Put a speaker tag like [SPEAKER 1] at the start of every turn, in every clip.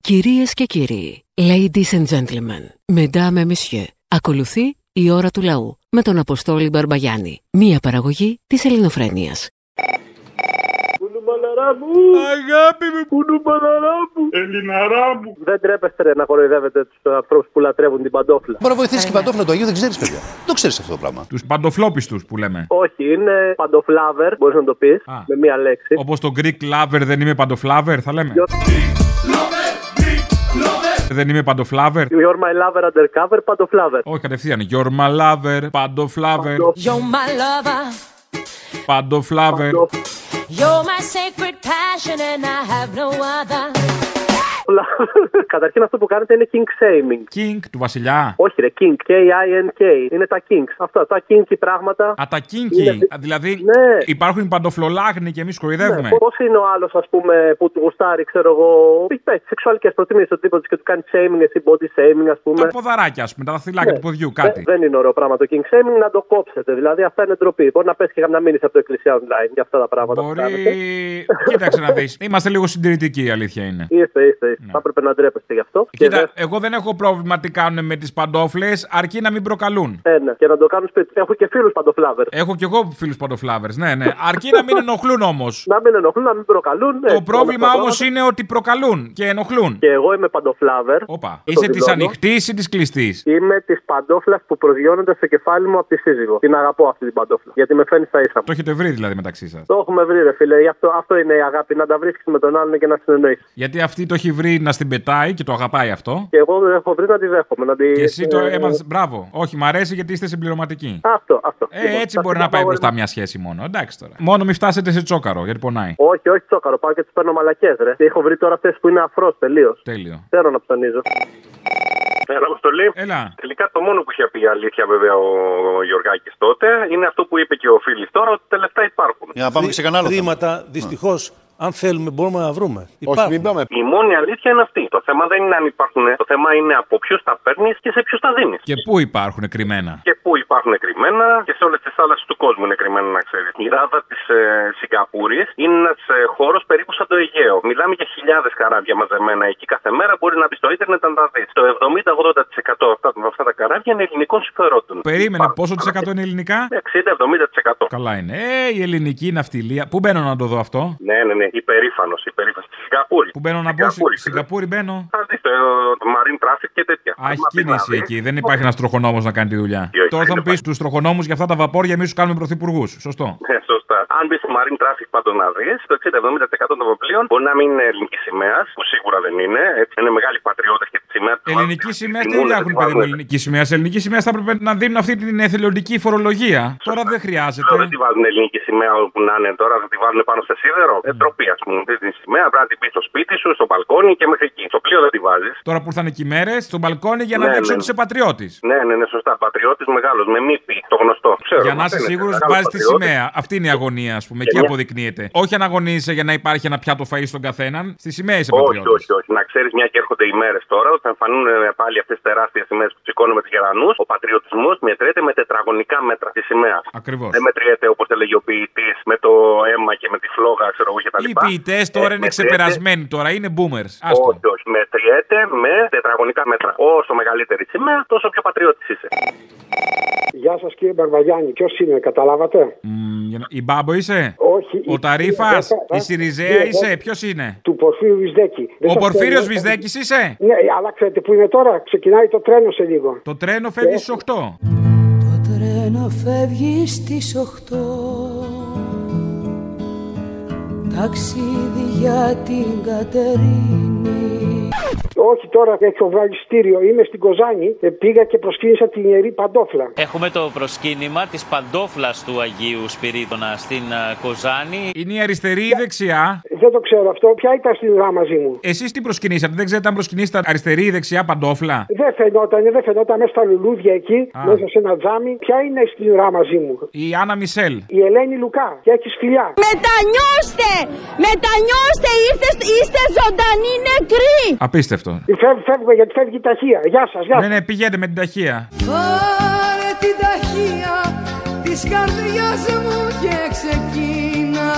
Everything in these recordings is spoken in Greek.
[SPEAKER 1] Κυρίες και κύριοι, ladies and gentlemen, mesdames et messieurs, ακολουθεί η ώρα του λαού με τον Αποστόλη Μπαρμπαγιάννη, μία παραγωγή της ελληνοφρένειας.
[SPEAKER 2] Κουνουμαλαρά μου!
[SPEAKER 3] Αγάπη μου,
[SPEAKER 2] Κουνουμαλαρά μου!
[SPEAKER 3] Ελληναρά μου.
[SPEAKER 2] Δεν τρέπεστε ρε, να κοροϊδεύετε τους ανθρώπους που λατρεύουν την παντόφλα.
[SPEAKER 4] Μπορεί να βοηθήσει και η παντόφλα του Αγίου, δεν ξέρεις, παιδιά. Το ξέρεις αυτό το πράγμα.
[SPEAKER 3] Τους παντοφλόπιστους που λέμε.
[SPEAKER 2] Όχι, είναι παντοφλάβερ, μπορείς να το πεις
[SPEAKER 3] Α.
[SPEAKER 2] με μία λέξη.
[SPEAKER 3] Όπως το Greek lover δεν είμαι παντοφλάβερ, θα λέμε.
[SPEAKER 2] Ποιο?
[SPEAKER 3] Δεν είμαι παντοφλάβερ.
[SPEAKER 2] You're my lover undercover, παντοφλάβερ.
[SPEAKER 3] Όχι, κατευθείαν. You're my lover, παντοφλάβερ,
[SPEAKER 2] Παντο-
[SPEAKER 5] You're my lover,
[SPEAKER 2] παντοφλάβερ.
[SPEAKER 3] παντοφλάβερ.
[SPEAKER 5] you're my sacred passion, and I have no other.
[SPEAKER 2] Καταρχήν αυτό που κάνετε είναι king shaming.
[SPEAKER 3] King του βασιλιά.
[SPEAKER 2] Όχι ρε, king, K-I-N-K. Είναι τα kinks. Αυτά τα kinky πράγματα.
[SPEAKER 3] Α, τα kinky.
[SPEAKER 2] Είναι-
[SPEAKER 3] Α, Δηλαδή Ναι.
[SPEAKER 2] Ναι. υπάρχουν
[SPEAKER 3] υπάρχουν οι παντοφλολάγνοι και εμείς κοροϊδεύουμε.
[SPEAKER 2] Πώς είναι ο άλλος, ας πούμε, που του γουστάρει, ξέρω εγώ, έχει σεξουαλικές προτιμήσεις ο τύπο και του κάνει shaming, εσύ body shaming, ας πούμε.
[SPEAKER 3] Τα ποδαράκια, ας πούμε, τα δαχτυλάκια του ποδιού, κάτι.
[SPEAKER 2] Δεν, Ναι. δεν είναι ωραίο πράγμα το king shaming να το κόψετε. Δηλαδή αυτά είναι ντροπή. Μπορεί να πέσει και να μείνει από το εκκλησία online για αυτά τα πράγματα. που κάνετε.
[SPEAKER 3] Μπορεί. Κοίταξε να δεις. Είμαστε λίγο συντηρητικοί, η αλήθεια είναι.
[SPEAKER 2] Είστε, είστε. είστε. Θα έπρεπε να ντρέπεστε γι' αυτό. Και
[SPEAKER 3] Ναι. Κοίτα,
[SPEAKER 2] δε-
[SPEAKER 3] εγώ δεν έχω πρόβλημα τι κάνουν με τις παντόφλες, αρκεί να μην προκαλούν.
[SPEAKER 2] Ε, ναι. Και να το κάνουν σπίτι. Έχω και φίλους παντοφλάβερ.
[SPEAKER 3] Έχω κι εγώ φίλους παντοφλάβερ, ναι, ναι. Αρκεί να μην ενοχλούν όμως.
[SPEAKER 2] Να μην ενοχλούν, να μην προκαλούν. Ε,
[SPEAKER 3] Το πρόβλημα όμως είναι ότι προκαλούν και ενοχλούν.
[SPEAKER 2] Και εγώ είμαι παντοφλάβερ.
[SPEAKER 3] Όπα.
[SPEAKER 2] Το
[SPEAKER 3] Είσαι της
[SPEAKER 2] δηλώνω.
[SPEAKER 3] ανοιχτής ή της κλειστής.
[SPEAKER 2] Είμαι της παντόφλας που προσγειώνεται στο κεφάλι μου από τη σύζυγο. Την αγαπώ αυτή την παντόφλα. Γιατί με φαίνει στα ίσα μου.
[SPEAKER 3] Το έχετε βρει δηλαδή μεταξύ σας.
[SPEAKER 2] Το έχουμε βρει, ρε φίλε. Γι' αυτό, αυτό είναι η αγάπη. Να τα βρίσκεις με τον άλλον και να συνεννοεί.
[SPEAKER 3] Γιατί αυτή το έχει βρει να στην πετάει και το αγαπάει αυτό.
[SPEAKER 2] Και εγώ έχω βρει να τη δέχομαι. Να τη...
[SPEAKER 3] Και εσύ το
[SPEAKER 2] ε,
[SPEAKER 3] έμαθες. Μπράβο. Όχι, μ' αρέσει γιατί είστε συμπληρωματικοί.
[SPEAKER 2] Αυτό, αυτό.
[SPEAKER 3] Ε,
[SPEAKER 2] Λοιπόν,
[SPEAKER 3] έτσι
[SPEAKER 2] τα
[SPEAKER 3] μπορεί να
[SPEAKER 2] παιδιά
[SPEAKER 3] πάει
[SPEAKER 2] τα
[SPEAKER 3] μπροστά
[SPEAKER 2] αγόρια-
[SPEAKER 3] μια σχέση μόνο. Εντάξει τώρα. Μόνο μην φτάσετε σε τσόκαρο γιατί πονάει.
[SPEAKER 2] Όχι, όχι τσόκαρο. Πάω και τι παίρνω μαλακές, ρε. Τι Έχω βρει τώρα αυτές που είναι αφρός τελείως.
[SPEAKER 3] Τέλειο.
[SPEAKER 2] Θέλω να ψωνίζω.
[SPEAKER 6] Έλα, Αποστολή.
[SPEAKER 3] Έλα.
[SPEAKER 6] Τελικά το μόνο που είχε πει η αλήθεια βέβαια ο, ο Γιωργάκης τότε είναι αυτό που είπε και ο Φίλης τώρα ότι τα λεφτά υπάρχουν.
[SPEAKER 4] Για να πάμε και σε κανένα άλλο. θέμα. Ναι.
[SPEAKER 7] Χρήματα δυστυχώς, αν θέλουμε, μπορούμε να βρούμε.
[SPEAKER 8] Όχι,
[SPEAKER 7] Υπάρχουν.
[SPEAKER 8] μην πάμε.
[SPEAKER 6] Η μόνη αλήθεια είναι αυτή. Το θέμα δεν είναι αν υπάρχουν. Το θέμα είναι από ποιους τα παίρνεις και σε ποιους τα δίνεις.
[SPEAKER 3] Και πού υπάρχουν κρυμμένα.
[SPEAKER 6] Και πού υπάρχουν κρυμμένα και σε όλες τις θάλασσες του κόσμου είναι κρυμμένα, να ξέρεις. Η ράδα της ε, Σιγκαπούρης είναι ένας ε, χώρος περίπου σαν το Αιγαίο. Μιλάμε για χιλιάδες καράβια μαζεμένα εκεί κάθε μέρα. Μπορεί να μπεις στο ίντερνετ να τα δεις. Το 70-80% αυτά, αυτά τα καράβια είναι ελληνικών συμφερόντων.
[SPEAKER 3] Περίμενε,
[SPEAKER 6] Υπάρχουν
[SPEAKER 3] πόσο τη εκατό είναι ελληνικά.
[SPEAKER 6] 60-70%.
[SPEAKER 3] Καλά είναι. Ε, η ελληνική ναυτιλία. Πού μπαίνω να το δω αυτό.
[SPEAKER 6] Ναι, ναι, ναι, υπερήφανος, υπερήφανος. Στη Σιγκαπούρη.
[SPEAKER 3] Πού μπαίνω να μπω.
[SPEAKER 6] Σιγκαπούρη,
[SPEAKER 3] Στη Σιγκαπούρη μπαίνω.
[SPEAKER 6] Θα δει το το ε, marine traffic και τέτοια.
[SPEAKER 3] Α, έχει
[SPEAKER 6] Άμα πει να
[SPEAKER 3] κίνηση
[SPEAKER 6] δεις,
[SPEAKER 3] εκεί. Δεν υπάρχει ένας τροχονόμος να κάνει τη δουλειά.
[SPEAKER 6] Όχι, όχι,
[SPEAKER 3] Τώρα θα μου
[SPEAKER 6] δεν
[SPEAKER 3] πεις
[SPEAKER 6] υπάρχει.
[SPEAKER 3] τους τροχονόμους για αυτά τα βαπόρια, εμείς τους κάνουμε πρωθυπουργούς. Σωστό.
[SPEAKER 6] Ναι, σωστά. Αν μπεις στο marine traffic πάντως να δεις, το 60-70% των βιβλίων μπορεί να μην είναι ελληνικής σημαίας, που σίγουρα δεν είναι. Έτσι, είναι μεγάλοι πατριώτες και τη σημαία του.
[SPEAKER 3] Ελληνική σημαία Ε, τι δουλειά έχουν παιδί μου. Ελληνικής σημαίας. Σε ελληνική σημαία θα έπρεπε να δίνουν αυτή την εθελοντική φορολογία. Τώρα δεν
[SPEAKER 6] Λέω, δεν
[SPEAKER 3] χρειάζεται.
[SPEAKER 6] τη βάζουν ελληνική σημαία όπου να είναι τώρα, θα τη βάλουν πάνω σε σίδερο.
[SPEAKER 3] Mm.
[SPEAKER 6] Ε, ντροπή, ας πούμε. Δεις Τη σημαία πρέπει να την πεις στο σπίτι σου, στο μπαλκόνι και μέχρι εκεί. Στο πλοίο δεν τη βάζεις.
[SPEAKER 3] Τώρα που ήρθαν εκεί μέρες, στο μπαλκόνι για να
[SPEAKER 6] Ναι,
[SPEAKER 3] δείξουν
[SPEAKER 6] ναι,
[SPEAKER 3] ότι είσαι πατριώτης.
[SPEAKER 6] Ναι, ναι, ναι, σωστά. Πατριώτης μεγάλος, με μύτη, το γνωστό. Ξέρω,
[SPEAKER 3] Για να είσαι
[SPEAKER 6] μαθαίνετε,
[SPEAKER 3] σίγουρος,
[SPEAKER 6] μεγάλος
[SPEAKER 3] βάζεις τη
[SPEAKER 6] πατριώτης.
[SPEAKER 3] σημαία. Αυτή είναι η αγωνία, ας πούμε. Εκεί
[SPEAKER 6] μια-
[SPEAKER 3] αποδεικνύεται. Όχι αναγωνίζεσαι για να υπάρχει ένα πιάτο φαΐ στον καθέναν. Στη σημαία Ε, είσαι
[SPEAKER 6] Όχι,
[SPEAKER 3] πατριώτης.
[SPEAKER 6] όχι, όχι. Να ξέρεις, μια και έρχονται οι μέρες τώρα, όταν εμφανούν ε, πάλι αυτές τι τεράστιες σημαίες που σηκώνουμε τους Γερανούς, ο πατριωτισμός μετρέται με τετραγωνικά μέτρα τη σημαία.
[SPEAKER 3] Ακριβώς.
[SPEAKER 6] Δεν μετριέται όπως έλεγε ο ποιητής με το αίμα και με τη φλόγα, ξέρω εγώ κτλ.
[SPEAKER 3] Οι ποιητέ
[SPEAKER 6] Ε,
[SPEAKER 3] τώρα είναι ξεπερασμένοι τώρα, είναι boomers. Άστο.
[SPEAKER 6] Όχι, όχι. Μετριέται με τετραγωνικά μέτρα. Όσο μεγαλύτερη σημαία, τόσο πιο πατριώτης είσαι.
[SPEAKER 9] Γεια σας κύριε Μπαρβαγιάννη, ποιος είναι, καταλάβατε.
[SPEAKER 3] Μμμ, για να- Η μπάμπο είσαι.
[SPEAKER 9] Όχι. η-
[SPEAKER 3] Ο Ταρίφα,
[SPEAKER 9] δέκα-
[SPEAKER 3] η Σιριζέα
[SPEAKER 9] η
[SPEAKER 3] είσαι.
[SPEAKER 9] δέκα-
[SPEAKER 3] Ποιος είναι.
[SPEAKER 9] Του Πορφύριου Βυσδέκη. Δεν
[SPEAKER 3] Ο
[SPEAKER 9] σας
[SPEAKER 3] Πορφύριο
[SPEAKER 9] θέλω-
[SPEAKER 3] Βυσδέκη είσαι.
[SPEAKER 9] Ναι, αλλά ξέρετε που είναι τώρα, ξεκινάει το τρένο σε λίγο.
[SPEAKER 3] Το τρένο φεύγει στι 8.
[SPEAKER 5] Το τρένο φεύγει στις 8. Ταξίδι για την Κατερίνη.
[SPEAKER 9] Όχι τώρα, έχω βγάλει στήριο, είμαι στην Κοζάνη, ε, πήγα και προσκύνησα την ιερή παντόφλα.
[SPEAKER 10] Έχουμε το προσκύνημα της παντόφλας του Αγίου Σπυρίδωνα στην ε, Κοζάνη.
[SPEAKER 3] Είναι η αριστερή ή η δεξιά.
[SPEAKER 9] Δεν το ξέρω αυτό, ποια ήταν στην ουρά μαζί μου.
[SPEAKER 3] Εσείς τι προσκυνήσατε, δεν ξέρετε αν προσκυνήσατε αριστερή ή δεξιά παντόφλα.
[SPEAKER 9] Δεν φαινόταν, δεν φαινόταν μέσα στα λουλούδια εκεί,
[SPEAKER 3] Α.
[SPEAKER 9] μέσα σε ένα τζάμι. Ποια είναι στην ουρά μαζί μου,
[SPEAKER 3] Η Άννα Μισελ.
[SPEAKER 9] η Ελένη Λουκά, και έχεις φιλιά.
[SPEAKER 5] Μετανιώστε! Μετανιώστε! Είστε, είστε ζωντανοί νεκροί!
[SPEAKER 3] Απίστευτο.
[SPEAKER 9] Φεύ- φεύγουμε γιατί φεύγει η ταχεία. Γεια σας, γεια
[SPEAKER 3] Ναι,
[SPEAKER 9] σα.
[SPEAKER 3] ναι, πηγαίνετε με την ταχεία.
[SPEAKER 5] Πάρε την ταχεία της καρδιάς μου και ξεκίνα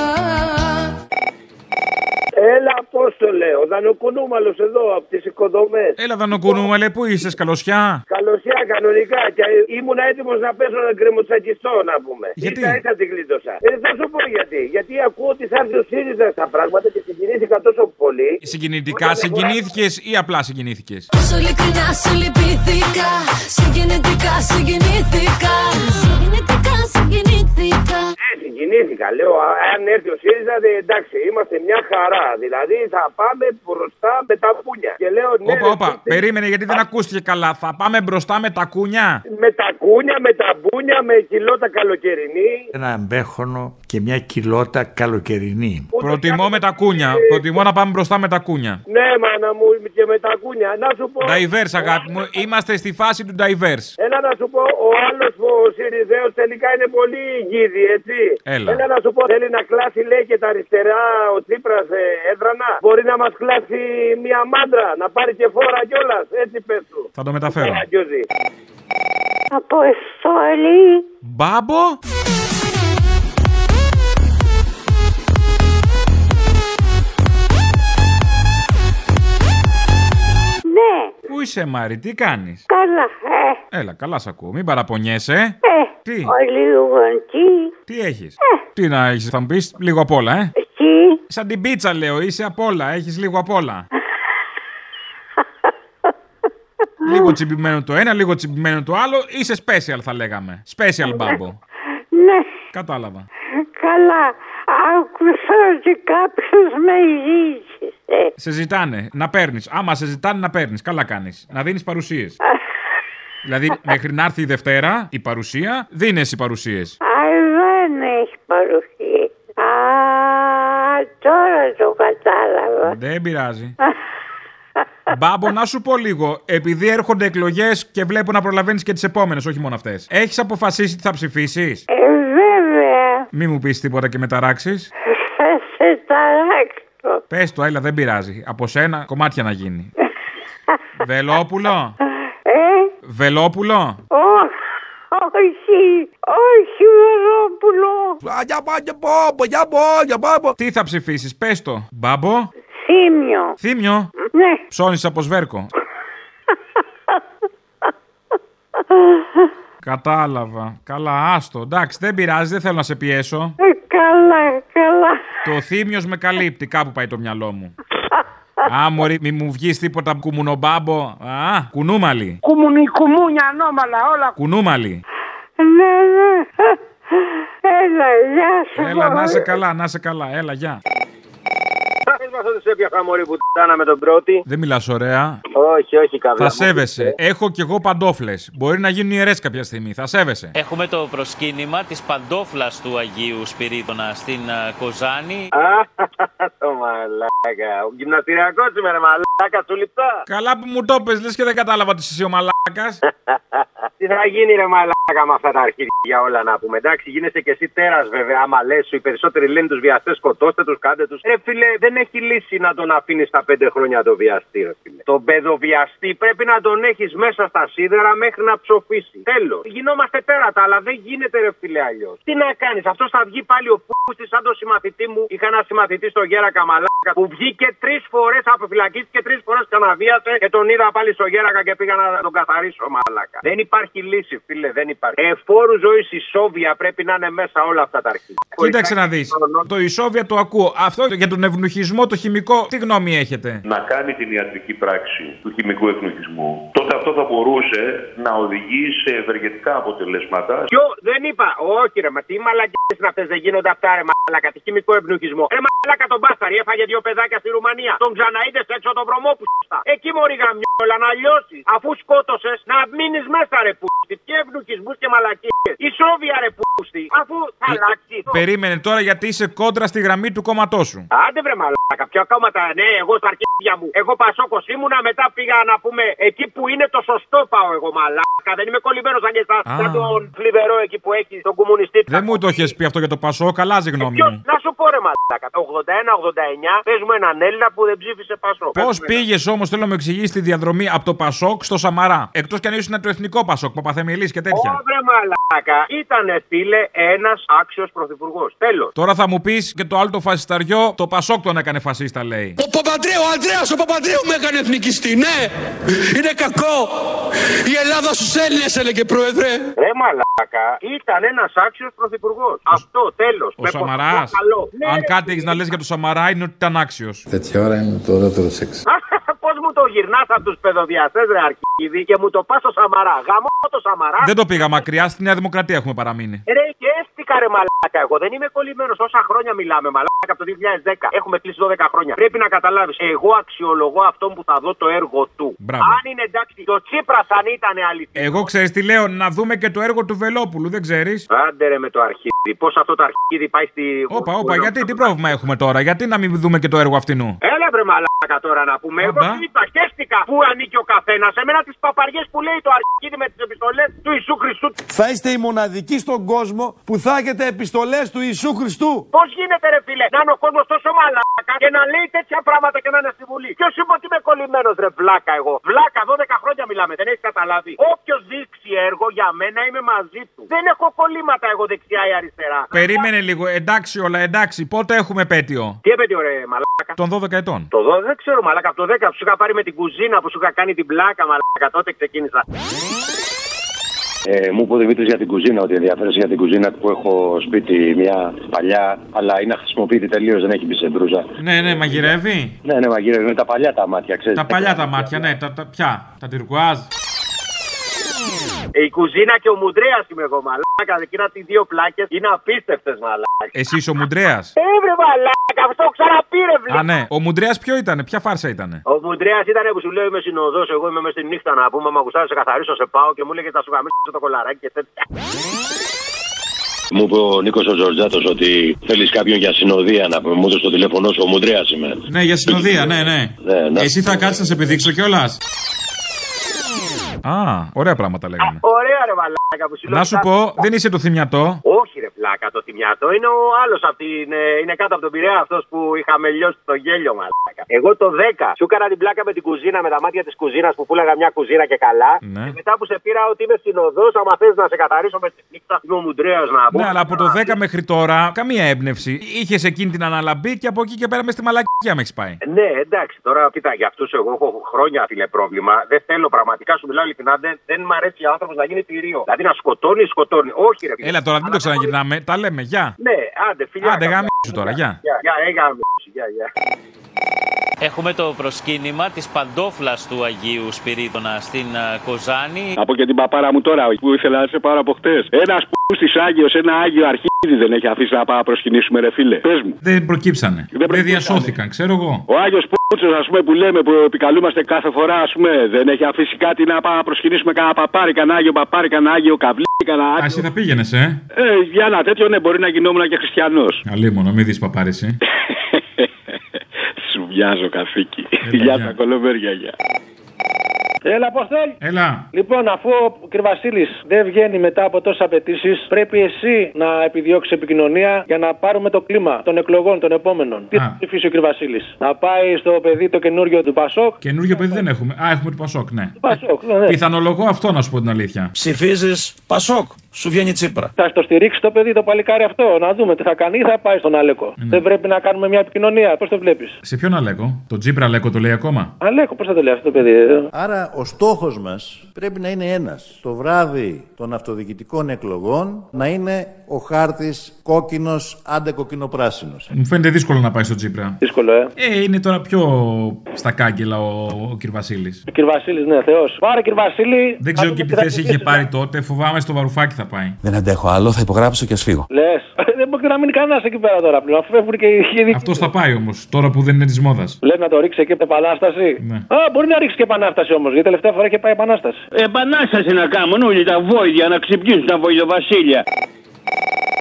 [SPEAKER 11] Έλα, Απόστολε, ο Δανοκουνούμαλο εδώ από τις οικοδομές.
[SPEAKER 3] Έλα, Δανοκουνούμαλε, πού είσαι, καλωσιά.
[SPEAKER 11] Καλωσιά, κανονικά. Και ήμουν έτοιμος να πέσω να γκρεμοτσακιστώ, να πούμε.
[SPEAKER 3] Γιατί?
[SPEAKER 11] Ήρθα, ήρθα, την κλείτωσα. Ε, θα σου πω γιατί. Γιατί ακούω ότι θα έρθει ο ΣΥΡΙΖΑ στα πράγματα και συγκινήθηκα τόσο πολύ.
[SPEAKER 3] Συγκινητικά συγκινήθηκες ή απλά συγκινήθηκες.
[SPEAKER 5] Σου ειλικρινά σου λυπήθηκα Συγκινητικά συγκινήθηκα Συγκινητικά συγκινήθηκα
[SPEAKER 11] Ε, συγκινήθηκα. Λέω, α, αν έρθει ο ΣΥΡΙΖΑ, δε, εντάξει, είμαστε μια χαρά. Δηλαδή θα πάμε μπροστά με τα πούνια. Και λέω, ναι,
[SPEAKER 3] Όπα,
[SPEAKER 11] ρε,
[SPEAKER 3] όπα,
[SPEAKER 11] πείτε,
[SPEAKER 3] περίμενε γιατί δεν ακούστηκε καλά. Θα πάμε μπροστά με τα κούνια.
[SPEAKER 11] Με τα κούνια, με τα μπούνια, με κιλότα καλοκαιρινή.
[SPEAKER 12] Ένα μπέχονο και μια κιλότα καλοκαιρινή.
[SPEAKER 3] Προτιμώ με τα κούνια. Προτιμώ να πάμε μπροστά με τα κούνια.
[SPEAKER 11] Ναι, μάνα μου, και με τα κούνια. Να σου πω.
[SPEAKER 3] Diverse, αγάπη μου. Είμαστε στη φάση του diverse.
[SPEAKER 11] Έλα να σου πω, ο άλλος ο Σιριζέος τελικά είναι πολύ γίδι, έτσι.
[SPEAKER 3] Έλα.
[SPEAKER 11] να σου πω, θέλει να κλάσει, λέει και τα αριστερά ο Τσίπρας ε, έδρανα. Μπορεί να μας κλάσει μια μάντρα, να πάρει και φόρα κιόλας. Έτσι πες του. Ε,
[SPEAKER 3] Θα το μεταφέρω.
[SPEAKER 11] Αγκιόζη.
[SPEAKER 13] Από εσόλη.
[SPEAKER 3] Μπάμπο.
[SPEAKER 13] Ναι,
[SPEAKER 3] Πού είσαι, Μάρι, τι κάνεις.
[SPEAKER 13] καλά. Ε,
[SPEAKER 3] Έλα, καλά σ' ακούω. Μην παραπονιέσαι.
[SPEAKER 13] ε,
[SPEAKER 3] Τι?
[SPEAKER 13] ο λιγοντή.
[SPEAKER 3] Τι έχεις. Τι να έχεις, θα μου πεις λίγο απ' όλα, ε.
[SPEAKER 13] Εσύ,
[SPEAKER 3] Σαν την πίτσα, λέω, είσαι απ' όλα. Έχεις λίγο απ' όλα. λίγο τσιμπημένο το ένα, λίγο τσιμπημένο το άλλο. Είσαι special, θα λέγαμε. Special μπάμπο.
[SPEAKER 13] ναι,
[SPEAKER 3] Κατάλαβα.
[SPEAKER 13] καλά. Άκουσα ότι κάποιος με ζήτησε.
[SPEAKER 3] Σε ζητάνε να παίρνεις. Άμα σε ζητάνε να παίρνεις, καλά κάνεις. Να δίνεις παρουσίες. δηλαδή, μέχρι να έρθει η Δευτέρα, η παρουσία, δίνεις οι παρουσίες.
[SPEAKER 13] Α, δεν έχει παρουσία. Α, τώρα το κατάλαβα.
[SPEAKER 3] Δεν πειράζει. Μπάμπο, να σου πω λίγο. Επειδή έρχονται εκλογές και βλέπω να προλαβαίνεις και τις επόμενες, όχι μόνο αυτές. Έχεις αποφασίσει τι θα ψηφίσεις.
[SPEAKER 13] Ε, βέβαια,
[SPEAKER 3] Μη μου πεις τίποτα και με ταράξεις.
[SPEAKER 13] θα Ε, σε ταράξω.
[SPEAKER 3] Πες το, έλα, δεν πειράζει. Από σένα κομμάτια να γίνει. Βελόπουλο.
[SPEAKER 13] Ε,
[SPEAKER 3] Βελόπουλο.
[SPEAKER 13] ό, όχι, όχι, Βερόπουλο.
[SPEAKER 3] Τι θα ψηφίσεις, πες το. Μπάμπο.
[SPEAKER 13] Θύμιο.
[SPEAKER 3] Θύμιο.
[SPEAKER 13] Ναι,
[SPEAKER 3] Ψώνεις από σβέρκο. Κατάλαβα. Καλά, άστο. Εντάξει, δεν πειράζει, δεν θέλω να σε πιέσω.
[SPEAKER 13] ε, καλά, καλά.
[SPEAKER 3] Το θύμιος με καλύπτει, κάπου πάει το μυαλό μου. Α, μωρή, μη μου βγεις τίποτα κουμουνομπάμπο. Α, κουνούμαλι.
[SPEAKER 9] Κουμουνι, κουμούνια, ανώμαλα, όλα.
[SPEAKER 3] Κουνούμαλι.
[SPEAKER 13] Ναι, ναι. Έλα, γεια σου.
[SPEAKER 3] Έλα, να είσαι καλά, να είσαι καλά. Έλα, γεια.
[SPEAKER 11] Πες μας ότι σε έπιαχα μωρή που τάνα με τον πρώτη.
[SPEAKER 3] Δεν μιλάς ωραία.
[SPEAKER 11] Όχι, όχι καβιά.
[SPEAKER 3] Θα
[SPEAKER 11] μου.
[SPEAKER 3] σέβεσαι. Έχω κι εγώ παντόφλες. Μπορεί να γίνουν ιερές κάποια στιγμή. Θα σέβεσαι.
[SPEAKER 14] Έχουμε το προσκύνημα της παντόφλας του Αγίου Σπυρίδωνα στην
[SPEAKER 10] ε,
[SPEAKER 14] α, Κοζάνη.
[SPEAKER 11] Α, το μαλάκα. Ο γυμναστηριακός σήμερα, μαλάκα, σου λιπτά.
[SPEAKER 3] Καλά που μου το πες, λες και δεν κατάλαβα ότι είσαι ο μαλάκας.
[SPEAKER 11] Τι θα γίνει, ρε μαλάκα, με αυτά τα αρχίδια όλα να πούμε. Εντάξει, γίνεσαι και εσύ τέρας, βέβαια. Άμα λες σου, οι περισσότεροι λένε τους βιαστές, σκοτώστε τους, κάντε τους. Ρε φίλε, δεν έχει λύση να τον αφήνεις τα πέντε χρόνια το βιαστή, ρε φίλε. Τον παιδοβιαστή πρέπει να τον έχεις μέσα στα σίδερα μέχρι να ψοφήσει. Τέλος. Γινόμαστε τέρατα, αλλά δεν γίνεται, ρε φίλε, αλλιώς. Τι να κάνεις, αυτός θα βγει πάλι ο πούστη σαν το συμμαθητή μου. Είχα ένα συμμαθητή στο Γέρακα Μαλάκα που βγήκε τρεις φορές, αποφυλακίστηκε τρεις φορές, ξαναβίασε και τον είδα πάλι στο Γέρακα και πήγα να τον καθαρίσω, Μαλάκα. Δεν υπάρχει λύση, φίλε, δεν υπάρχει. Ε, Εφόρου ζωής η Σόβια πρέπει να είναι μέσα όλα αυτά τα αρχή.
[SPEAKER 3] Κοίταξε να δει. Το ισόβια το ακούω. Αυτό για τον ευνουχισμό, το χημικό, τι γνώμη έχετε.
[SPEAKER 15] να κάνει την ιατρική πράξη του χημικού εκνουχισμού, τότε αυτό θα μπορούσε να οδηγεί σε ευεργετικά αποτελέσματα.
[SPEAKER 11] Ποιο, δεν είπα, όχι ρε, μα τι μαλακίε είναι αυτές, δεν γίνονται αυτά, ρε μαλακά, τι χημικό εμπνουχισμό. Ρε μαλακά τον Μπάσταρη, έφαγε δύο παιδάκια στη Ρουμανία. Τον ξαναείδες έξω τον βρωμό που στα. Εκεί μωρή γαμιόλα να λιώσεις. Αφού σκότωσες, να μείνεις μέσα ρε πούστη. Τι εμπνουχισμού και μαλακίες. Η Σόβια ρε πούστη, αφού θα
[SPEAKER 3] Ε,
[SPEAKER 11] αλλάξει.
[SPEAKER 3] Περίμενε τώρα γιατί είσαι κόντρα στη γραμμή του κόμματός σου.
[SPEAKER 11] Άντε βρε μαλάκα, ποια κόμματα, ναι, εγώ στα αρχίδια μου. Εγώ πασόκος ήμουνα, μετά πήγα να πούμε εκεί που είναι το σωστό πάω εγώ μαλάκα. Δεν είμαι κολλημένος σαν και εσάς,
[SPEAKER 3] Α.
[SPEAKER 11] σαν τον φλιβερό εκεί που έχεις τον κομμουνιστή.
[SPEAKER 3] Δεν μου το έχει πει αυτό για το Πασό, καλά γνώμη
[SPEAKER 11] Ε, Ποιος-
[SPEAKER 3] μου.
[SPEAKER 11] να σου πω ρε μαλάκα, το 81-89 Πε μου έναν Έλληνα που δεν ψήφισε Πασόκ.
[SPEAKER 3] Πώς πήγες όμως, θέλω να μου εξηγήσεις τη διαδρομή από το Πασόκ στο Σαμαρά. Εκτός κι αν ήσουν το εθνικό Πασόκ, Παπαθεμιλής και τέτοια.
[SPEAKER 11] Ωρε μαλάκα, ήταν φίλε ένας άξιος πρωθυπουργός. Τέλος.
[SPEAKER 3] Τώρα θα μου πεις και το άλλο το φασισταριό, το Πασόκ τον έκανε φασίστα, λέει.
[SPEAKER 16] Ο Παπαντρέου, ο Αντρέα ο Παπαντρέου με έκανε εθνικιστή. Ναι, είναι κακό. Η Ελλάδα στους Έλληνες έλεγε πρόεδρε.
[SPEAKER 11] Ρε μαλάκα, ήταν ένας άξιος πρωθυπουργός. Αυτό τέλος.
[SPEAKER 3] Ο Σαμαρά.
[SPEAKER 11] Ναι,
[SPEAKER 3] Αν κάτι έχεις να λες για το Σαμαρά, είναι ότι ήταν άξιος.
[SPEAKER 17] Τέτοια ώρα είναι το ωραίο σεξ.
[SPEAKER 11] Πώς μου το γυρνάς από τους παιδοδιαστές, ρε Αρχίδη, και μου το πας στο Σαμαρά. Γαμώ το Σαμαρά.
[SPEAKER 3] Δεν το πήγα μακριά, στη Νέα Δημοκρατία έχουμε παραμείνει.
[SPEAKER 11] Ρε, και έστικα ρε μαλάκα. Εγώ δεν είμαι κολλημένος. Όσα χρόνια μιλάμε, μαλάκα από το 2010. Έχουμε κλείσει 12 χρόνια. Πρέπει να καταλάβεις. Εγώ αξιολογώ αυτόν που θα δω το έργο του.
[SPEAKER 3] Μπράβο.
[SPEAKER 11] Αν είναι εντάξει, το Τσίπρας αν ήταν αλήθεια.
[SPEAKER 3] Εγώ ξέρεις τι λέω, να δούμε και το έργο του Βελόπουλου, δεν ξέρεις.
[SPEAKER 11] Άντε ρε με το αρχίδι. Πώς αυτό το αρχίδι πάει στη.
[SPEAKER 3] Όπα, όπα, γιατί τι πρόβλημα έχουμε τώρα, γιατί να μην δούμε και το έργο αυτινού.
[SPEAKER 11] Έλα βρε μαλάκα τώρα να πούμε. Εγώ
[SPEAKER 3] Μπα.
[SPEAKER 11] τι είπα, χαίστηκα που ανήκει ο καθένας. Εμένα τις παπαριές που λέει το αρχίδι με τις επιστολές του Ιησού Χριστού.
[SPEAKER 18] Θα είστε οι μοναδικοί στον κόσμο που θα έχετε επιστολές του Ιησού Χριστού.
[SPEAKER 11] Πώς γίνεται, ρε φίλε, να είναι ο κόσμος τόσο μαλάκα και να λέει τέτοια πράγματα και να είναι στη Βουλή. Ποιος είπε ότι είμαι κολλημένος, ρε βλάκα εγώ. Βλάκα, 12 χρόνια μιλάμε, δεν έχεις καταλάβει. Όποιος δείξει έργο για μένα είμαι μαζί του. Δεν έχω κολλήματα εγώ δεξιά ή αριστερά.
[SPEAKER 3] Περίμενε λίγο, εντάξει όλα, εντάξει, πότε έχουμε επέτειο.
[SPEAKER 11] Τι έπαιτειο, ρε μαλάκα.
[SPEAKER 3] Των 12 ετών.
[SPEAKER 11] Το 12 δεν ξέρω, μαλάκα. Από το 10 που σου είχα πάρει με την κουζίνα που σου είχα κάνει την πλάκα, μαλάκα. Τότε ξεκίνησα.
[SPEAKER 19] Ε, μου είπε ο Δημήτρης για την κουζίνα, ότι ενδιαφέρεσαι για την κουζίνα που έχω σπίτι μια παλιά, αλλά είναι αχρησιμοποιητή τελείως, δεν έχει μπει σε μπρούζα.
[SPEAKER 3] Ναι, ναι, μαγειρεύει.
[SPEAKER 19] Ναι, ναι, μαγείρευε με τα παλιά τα μάτια, ξέρεις.
[SPEAKER 3] Τα παλιά τα μάτια, ναι, τα, τα ποια, τα τυρκουάζ.
[SPEAKER 11] Ε, Η κουζίνα και ο Μουντρέας είμαι εγώ, μαλάκα. Εκείνα τις δύο πλάκες είναι απίστευτες, μαλάκα.
[SPEAKER 3] Εσύ είσαι ο Μουντρέας.
[SPEAKER 11] Έβρε μαλάκα, αυτό ξαναπήρε, βλέ.
[SPEAKER 3] Α, ναι. Ο Μουντρέας ποιο ήταν, ποια φάρσα ήταν.
[SPEAKER 11] Ο Μουντρέας ήταν που σου λέει είμαι συνοδός. Εγώ είμαι μέσα στη νύχτα να πούμε. Μα γουστάρει, σε καθαρίσω, σε πάω και μου λέγε τα σου γαμίσω το κολαράκι και τέτοια.
[SPEAKER 19] Μου είπε ο Νίκος ο Ζορζάτο ότι θέλεις κάποιον για συνοδεία να πούμε. Μου έδωσε το τηλέφωνό σου, ο Μουντρέας είμαι.
[SPEAKER 3] Ναι, για συνοδεία, ναι, ναι.
[SPEAKER 19] Ναι, να-
[SPEAKER 3] Εσύ θα κάτσεις να σε επιδείξω κιόλας. Α, ωραία πράγματα λέγαμε.
[SPEAKER 11] Ωραία, ρε μαλάκα που σου λέω.
[SPEAKER 3] Να σου πω, δεν είσαι το θυμιατό.
[SPEAKER 11] Όχι, ρε πλάκα το θυμιατό. Είναι ο άλλος από την. ε, είναι κάτω από τον πειραία αυτός που είχαμε λιώσει το γέλιο, μαλάκα. Εγώ το 10 σου έκανα την πλάκα με την κουζίνα, με τα μάτια της κουζίνας που πουλάγα μια κουζίνα και καλά.
[SPEAKER 3] Ναι.
[SPEAKER 11] Και μετά που σε πήρα ότι είμαι συνοδό, άμα θες να σε καθαρίσω με τη νύχτα, είμαι ο Μουντρέας να πω.
[SPEAKER 3] Ναι, αλλά από το 10 μέχρι τώρα καμία έμπνευση. Είχες εκείνη την αναλαμπή και από εκεί και πέρα με στη μαλακία με έχεις πάει.
[SPEAKER 11] Ναι, εντάξει, τώρα κοίτα, για αυτούς εγώ έχω χρόνια φίλε πρόβλημα. Δεν θέλω πραγματικά, σου μιλάω ειλικρινά, δεν, δεν μ' αρέσει ο άνθρωπος να γίνει τυρίο. Δηλαδή να σκοτώνει, σκοτώνει. Όχι, ρε φίλε.
[SPEAKER 3] Έλα τώρα, μην το ξαναγυρνάμε. Τα λέμε, γεια.
[SPEAKER 11] Ναι, άντε, φιλιά.
[SPEAKER 3] Άντε,
[SPEAKER 11] καλά.
[SPEAKER 3] γαμίσου τώρα, γεια.
[SPEAKER 11] Γεια, γεια, ε, γαμίσου, γεια, γεια.
[SPEAKER 14] Έχουμε το προσκύνημα της παντόφλας του Αγίου Σπυρίδωνα στην
[SPEAKER 10] ε,
[SPEAKER 14] α, Κοζάνη.
[SPEAKER 20] Από και την παπάρα μου τώρα που ήθελα να σε πάρω από χτες. Ένας που τη Άγιος, ένα Άγιο αρχίδι δεν έχει αφήσει να πάω να προσκυνήσουμε, ρε φίλε. Πες μου.
[SPEAKER 3] Δεν προκύψανε. Δεν διασώθηκαν, ξέρω εγώ.
[SPEAKER 20] Ο Άγιος Πούτσο, ας πούμε, που λέμε, που επικαλούμαστε κάθε φορά, ας πούμε, δεν έχει αφήσει κάτι να πάμε να προσκυνήσουμε κανένα παπάρι, κανένα Άγιο παπάρι, κανένα Άγιο καβλί, κανένα
[SPEAKER 3] Α, εσύ
[SPEAKER 20] Άγιο.
[SPEAKER 3] θα πήγαινες, ε.
[SPEAKER 20] Ε, για ένα τέτοιο, ναι, μπορεί να γινόμουν και χριστιανός.
[SPEAKER 3] Αλίμονο, μην δει παπάρεση.
[SPEAKER 20] Σου βιάζω καθήκη. Γεια τα κολομέρια, γεια.
[SPEAKER 21] Έλα, Αποστόλη.
[SPEAKER 3] Έλα.
[SPEAKER 21] Λοιπόν, αφού ο Κρυβασίλη δεν βγαίνει μετά από τόσες απαιτήσεις, πρέπει εσύ να επιδιώξεις επικοινωνία για να πάρουμε το κλίμα των εκλογών των επόμενων. Τι θα ψηφίσει ο Κρυβασίλη, Να πάει στο παιδί το καινούριο του Πασόκ.
[SPEAKER 3] Καινούργιο παιδί δεν έχουμε. Α, έχουμε το Πασόκ, ναι.
[SPEAKER 21] Πασόκ, ναι, ναι.
[SPEAKER 3] Πιθανολογώ αυτό να σου πω την αλήθεια.
[SPEAKER 21] Ψηφίζεις Πασόκ. Σου βγαίνει τσίπρα. Θα στο στηρίξει το παιδί το παλικάρι αυτό. Να δούμε τι θα κάνει ή θα πάει στον Αλέκο.
[SPEAKER 3] Ναι.
[SPEAKER 21] Δεν πρέπει να κάνουμε μια επικοινωνία. Πώς το βλέπεις.
[SPEAKER 3] Σε ποιον αλέκο, τον Τζίπρα αλέκο το λέει ακόμα.
[SPEAKER 21] Αλέκο, πώς θα το λέει αυτό το παιδί. ε?
[SPEAKER 10] Άρα ο στόχος μας πρέπει να είναι ένας. Το βράδυ των αυτοδιοικητικών εκλογών να είναι ο χάρτης κόκκινος άντε κοκκινοπράσινος.
[SPEAKER 3] Μου φαίνεται δύσκολο να πάει στον Τζίπρα.
[SPEAKER 21] Δύσκολο, ε.
[SPEAKER 3] Ε, είναι τώρα πιο στα κάγκελα ο, ο κ. Βασίλης.
[SPEAKER 21] Ο Κυρβασίλη, ναι, Θεός. Πάρε Κυρβασίλη.
[SPEAKER 3] Δεν ξέρω και τι θέση είχε πάρει τότε. Φοβάμαι στο βαρουφάκι θα πάει.
[SPEAKER 17] Δεν αντέχω άλλο, θα υπογράψω και ας φύγω.
[SPEAKER 21] Λες. Ε, Δεν μπορεί να μείνει κανένας εκεί πέρα τώρα πλέον. Αφού φεύγουν και οι ειδικοί.
[SPEAKER 3] Αυτός θα πάει όμως, τώρα που δεν είναι Ναι. της μόδας.
[SPEAKER 21] Λες να το ρίξει εκεί από την επανάσταση. Α, μπορεί να ρίξει και επανάσταση όμως. Γιατί τελευταία φορά είχε πάει επανάσταση.
[SPEAKER 22] Επανάσταση να κάνουν όλοι τα βόηδια να ξυπνήσουν τα βοηδοβασίλια.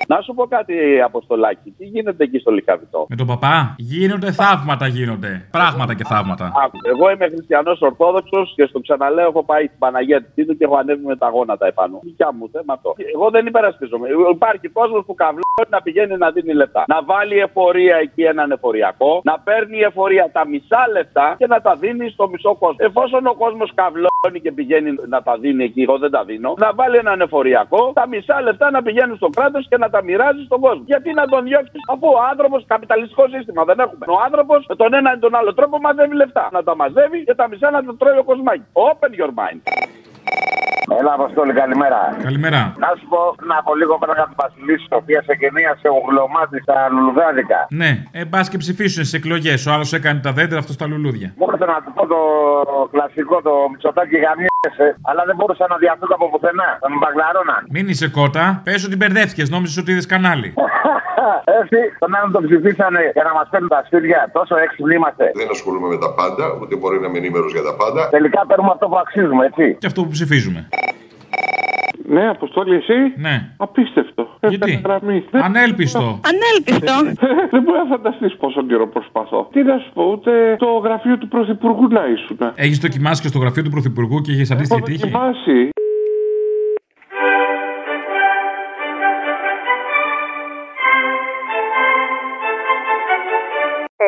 [SPEAKER 22] Να σου πω κάτι, Αποστολάκη. Τι γίνεται εκεί στο Λικαβιτό.
[SPEAKER 3] Με τον παπά. Γίνονται θαύματα, γίνονται. Πράγματα και θαύματα.
[SPEAKER 22] Άκου, Εγώ είμαι χριστιανός Ορθόδοξος και στο ξαναλέω έχω πάει στην Παναγία τη Τίτου και έχω ανέβει με τα γόνατα επάνω. Δικιά μου θέμα αυτό. Εγώ δεν υπερασπίζομαι. Υπάρχει κόσμος που καβλώνει να πηγαίνει να δίνει λεφτά. Να βάλει εφορία εκεί έναν εφοριακό, να παίρνει η εφορία τα μισά λεφτά και να τα δίνει στο μισό κόσμο. Εφόσον ο κόσμος καβλώνει και πηγαίνει να τα δίνει εκεί, εγώ δεν τα δίνω, να βάλει έναν εφοριακό, τα μισά λεφτά να πηγαίνουν στο κράτος και να τα μοιράζει στον κόσμο. Γιατί να τον διώξεις, αφού ο άνθρωπος, καπιταλιστικό σύστημα δεν έχουμε. Ο άνθρωπος με τον ένα ή τον άλλο τρόπο μαζεύει λεφτά. Να τα μαζεύει και τα μισά να τα τρώει ο κοσμάκι. Open your mind.
[SPEAKER 23] Έλα, Αποστόλη, καλημέρα.
[SPEAKER 3] Καλημέρα.
[SPEAKER 23] Να σου πω να από λίγο πέρα από την Βασιλίση, η οποία σε γενίασε ογλωμάτι στα λουλουδάδικα.
[SPEAKER 3] Ναι, ε, μπα και ψηφίσουν στις εκλογές. Ο άλλος έκανε τα δέντρα, αυτός τα λουλούδια.
[SPEAKER 23] Μόνο θέλω να του πω το κλασικό, το μισοτάκι γαμιέσαι, αλλά δεν μπορούσα να διαφύγω από πουθενά. Τον μπαγκλαρώναν.
[SPEAKER 3] Μην είσαι κότα. Πες ότι μπερδεύτηκες, νόμιζες ότι είδες κανάλι.
[SPEAKER 23] Έτσι, τον άλλον τον ψηφίσανε για να μας παίρνουν τα σπίτια. Τόσο έξυπνοι είμαστε.
[SPEAKER 24] Δεν ασχολούμαι με τα πάντα, ούτε μπορεί να είμαι ενήμερος για τα πάντα.
[SPEAKER 23] Τελικά παίρνουμε αυτό που αξίζουμε, έτσι.
[SPEAKER 3] Και αυτό που ψηφίζουμε.
[SPEAKER 25] Ναι, Αποστόλη, εσύ.
[SPEAKER 3] Ναι.
[SPEAKER 25] Απίστευτο.
[SPEAKER 3] Γιατί?
[SPEAKER 25] Έπαιρνα γραμμή.
[SPEAKER 3] Ανέλπιστο.
[SPEAKER 25] Ανέλπιστο. Δεν μπορεί να φανταστείς πόσο καιρό προσπαθώ. Τι να σου πω, ούτε το γραφείο του Πρωθυπουργού να ήσουν.
[SPEAKER 3] Έχεις δοκιμάσει και στο γραφείο του Πρωθυπουργού και είχε αντίστοιχη τύχη.
[SPEAKER 25] δοκιμάσει.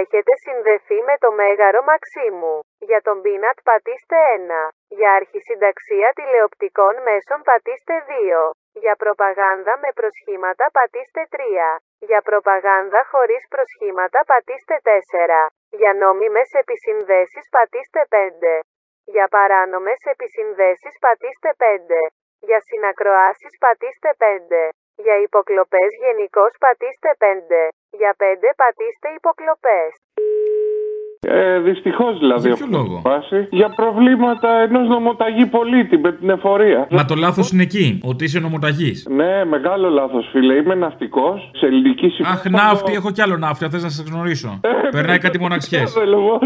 [SPEAKER 26] Έχετε συνδεθεί με το Μέγαρο Μαξίμου. Για τον πίνατ πατήστε 1. Για αρχισυνταξία τηλεοπτικών μέσων πατήστε 2. Για προπαγάνδα με προσχήματα πατήστε 3. Για προπαγάνδα χωρίς προσχήματα πατήστε 4. Για νόμιμες επισυνδέσεις πατήστε 5. Για παράνομες επισυνδέσεις πατήστε 5. Για συνακροάσεις πατήστε 5. Για υποκλοπές γενικώς πατήστε 5. Για 5 πατήστε υποκλοπές.
[SPEAKER 25] Ε, Δυστυχώς δηλαδή.
[SPEAKER 3] Για ποιο
[SPEAKER 25] αυτό
[SPEAKER 3] λόγο?
[SPEAKER 25] που φάση. Για προβλήματα ενός νομοταγή πολίτη με την εφορία.
[SPEAKER 3] Μα το λάθος είναι εκεί, ότι είσαι νομοταγής.
[SPEAKER 25] Ναι, μεγάλο λάθος, φίλε. Είμαι ναυτικός σε ελληνική συμφωνία.
[SPEAKER 3] Αχ, ναι, ναύτη, έχω κι άλλο ναύτη, θες να σε γνωρίσω.
[SPEAKER 25] Ε,
[SPEAKER 3] Περνάει κάτι μοναξιές.
[SPEAKER 25] λόγο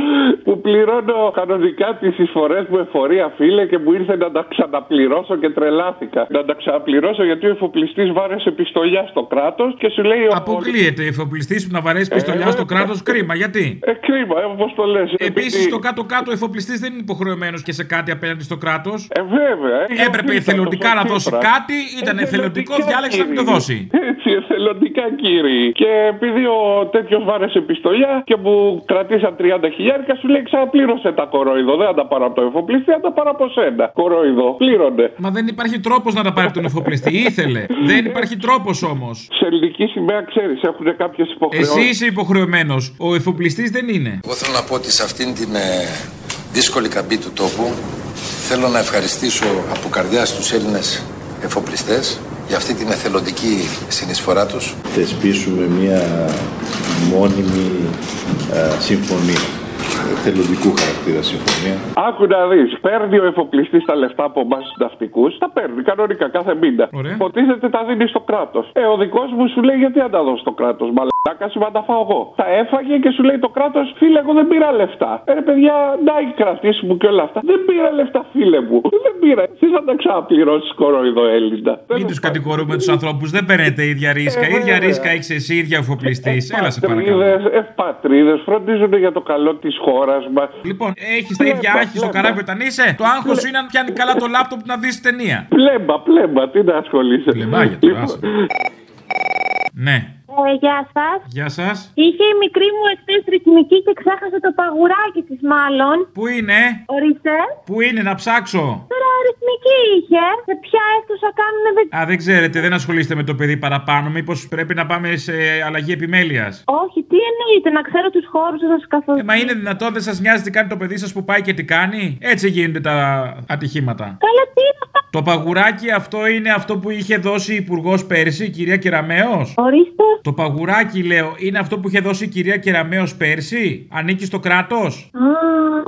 [SPEAKER 25] που πληρώνω κανονικά τις εισφορές μου εφορία, φίλε, και μου ήρθε να τα ξαναπληρώσω και τρελάθηκα. Να τα ξαναπληρώσω γιατί ο εφοπλιστής βάρεσε πιστολιά στο κράτος και σου λέει. ο-
[SPEAKER 3] Αποκλείεται εφοπλιστής που να βαρέσει πιστολιά στο κράτος, κρίμα. Γιατί?
[SPEAKER 25] Ε, κρίμα, ε, όπως το λες.
[SPEAKER 3] Επίση, στο κάτω-κάτω, ο εφοπλιστής δεν είναι υποχρεωμένος και σε κάτι απέναντι στο κράτος.
[SPEAKER 25] Ε, βέβαια. ε,
[SPEAKER 3] Έπρεπε
[SPEAKER 25] για
[SPEAKER 3] εθελοντικά
[SPEAKER 25] αυτό,
[SPEAKER 3] να
[SPEAKER 25] σαν
[SPEAKER 3] δώσει
[SPEAKER 25] Τσίπρα.
[SPEAKER 3] κάτι, ήταν εθελοντικός, διάλεξε να μην το
[SPEAKER 25] κύριε.
[SPEAKER 3] δώσει.
[SPEAKER 25] Έτσι, εθελοντικά κύριοι. Και επειδή ο τέτοιος βάρεσε πιστολιά και μου κρατήσαν 30 χιλιάρικα, σου λέει ξαναπλήρωσε τα κορόιδο. Δεν θα τα πάρω από το εφοπλιστή, θα τα πάρω από σένα. Κορόιδο, πλήρωνε.
[SPEAKER 3] Μα δεν υπάρχει τρόπος να τα πάρει από τον εφοπλιστή. Ήθελε. Δεν υπάρχει τρόπος όμως.
[SPEAKER 25] Σε ελληνική σημαία, ξέρεις, έχουν κάποιες υποχρεώσεις.
[SPEAKER 3] Εσύ είσαι υποχρεωμένος. Ο εφοπλιστής δεν είναι.
[SPEAKER 17] Εγώ θέλω να πω ότι σε αυτήν την ε, δύσκολη καμπή του τόπου θέλω να ευχαριστήσω από καρδιάς τους Έλληνες εφοπλιστές για αυτή την εθελοντική συνεισφορά τους.
[SPEAKER 10] θεσπίσουμε μια μόνιμη α, συμφωνία, θελοντικού χαρακτήρα συμφωνία.
[SPEAKER 25] Άκου να δεις, παίρνει ο εφοπλιστής τα λεφτά από εμάς τους ναυτικούς, τα παίρνει κανονικά κάθε μήνα. Υποτίθεται τα δίνει στο κράτος. Ε, ο δικός μου σου λέει γιατί να τα δω στο κράτος, μαλάκα σου να τα φάω εγώ. Τα έφαγε και σου λέει το κράτος, φίλε, εγώ δεν πήρα λεφτά. Ε, ρε, παιδιά, να οι κρατήσει μου και όλα αυτά. Δεν πήρα λεφτά, φίλε μου. Δεν πήρα. Εσύ θα τα ξαναπληρώσεις κοροϊδό Έλληνα.
[SPEAKER 3] Μην τους κατηγορούμε τους ανθρώπους. Δεν παίρνετε ίδια ρίσκα.
[SPEAKER 25] Ε,
[SPEAKER 3] ίδια
[SPEAKER 25] βέβαια. Ε,
[SPEAKER 3] ρίσκα έχεις εσύ, ίδια εφοπλιστής. Έλα σε παρακαλώ.
[SPEAKER 25] Πατρίδε, ευπατρίδε, φροντίζονται για το καλό της χώρας μας.
[SPEAKER 3] Λοιπόν, έχεις τα ίδια άχη στο καράβι όταν είσαι. Το άγχος είναι αν πιάνει καλά το λάπτοπ να δεις ταινία.
[SPEAKER 25] Πλέμπα, πλέμπα, τι να ασχολείσαι. Λοιπόν,
[SPEAKER 3] Πλεμπάγια τώρα, άσε. Ναι.
[SPEAKER 27] Ε, γεια σας.
[SPEAKER 3] Γεια σας.
[SPEAKER 27] Είχε η μικρή μου εχθέ ρυθμική και ξέχασε το παγουράκι της, μάλλον.
[SPEAKER 3] Πού είναι?
[SPEAKER 27] Ορίστε.
[SPEAKER 3] Πού είναι να ψάξω.
[SPEAKER 27] Τώρα ρυθμική είχε. Σε ποια αίθουσα κάνουν δεν.
[SPEAKER 3] Α, δεν ξέρετε, δεν ασχολείστε με το παιδί παραπάνω. Μήπως πρέπει να πάμε σε αλλαγή επιμέλειας.
[SPEAKER 27] Όχι, τι εννοείται, να ξέρω τους χώρους σας καθόλου.
[SPEAKER 3] Ε, Μα είναι δυνατόν, δεν σας νοιάζει τι κάνει το παιδί σας που πάει και τι κάνει. Έτσι γίνονται τα ατυχήματα.
[SPEAKER 27] Καλά, τι είναι αυτά.
[SPEAKER 3] Το παγουράκι αυτό είναι αυτό που είχε δώσει η υπουργός πέρσι, η κυρία Κεραμέο.
[SPEAKER 27] Ορίστε.
[SPEAKER 3] Το παγουράκι, λέω, είναι αυτό που είχε δώσει η κυρία Κεραμέο πέρσι. Ανήκει στο κράτος.
[SPEAKER 27] Α,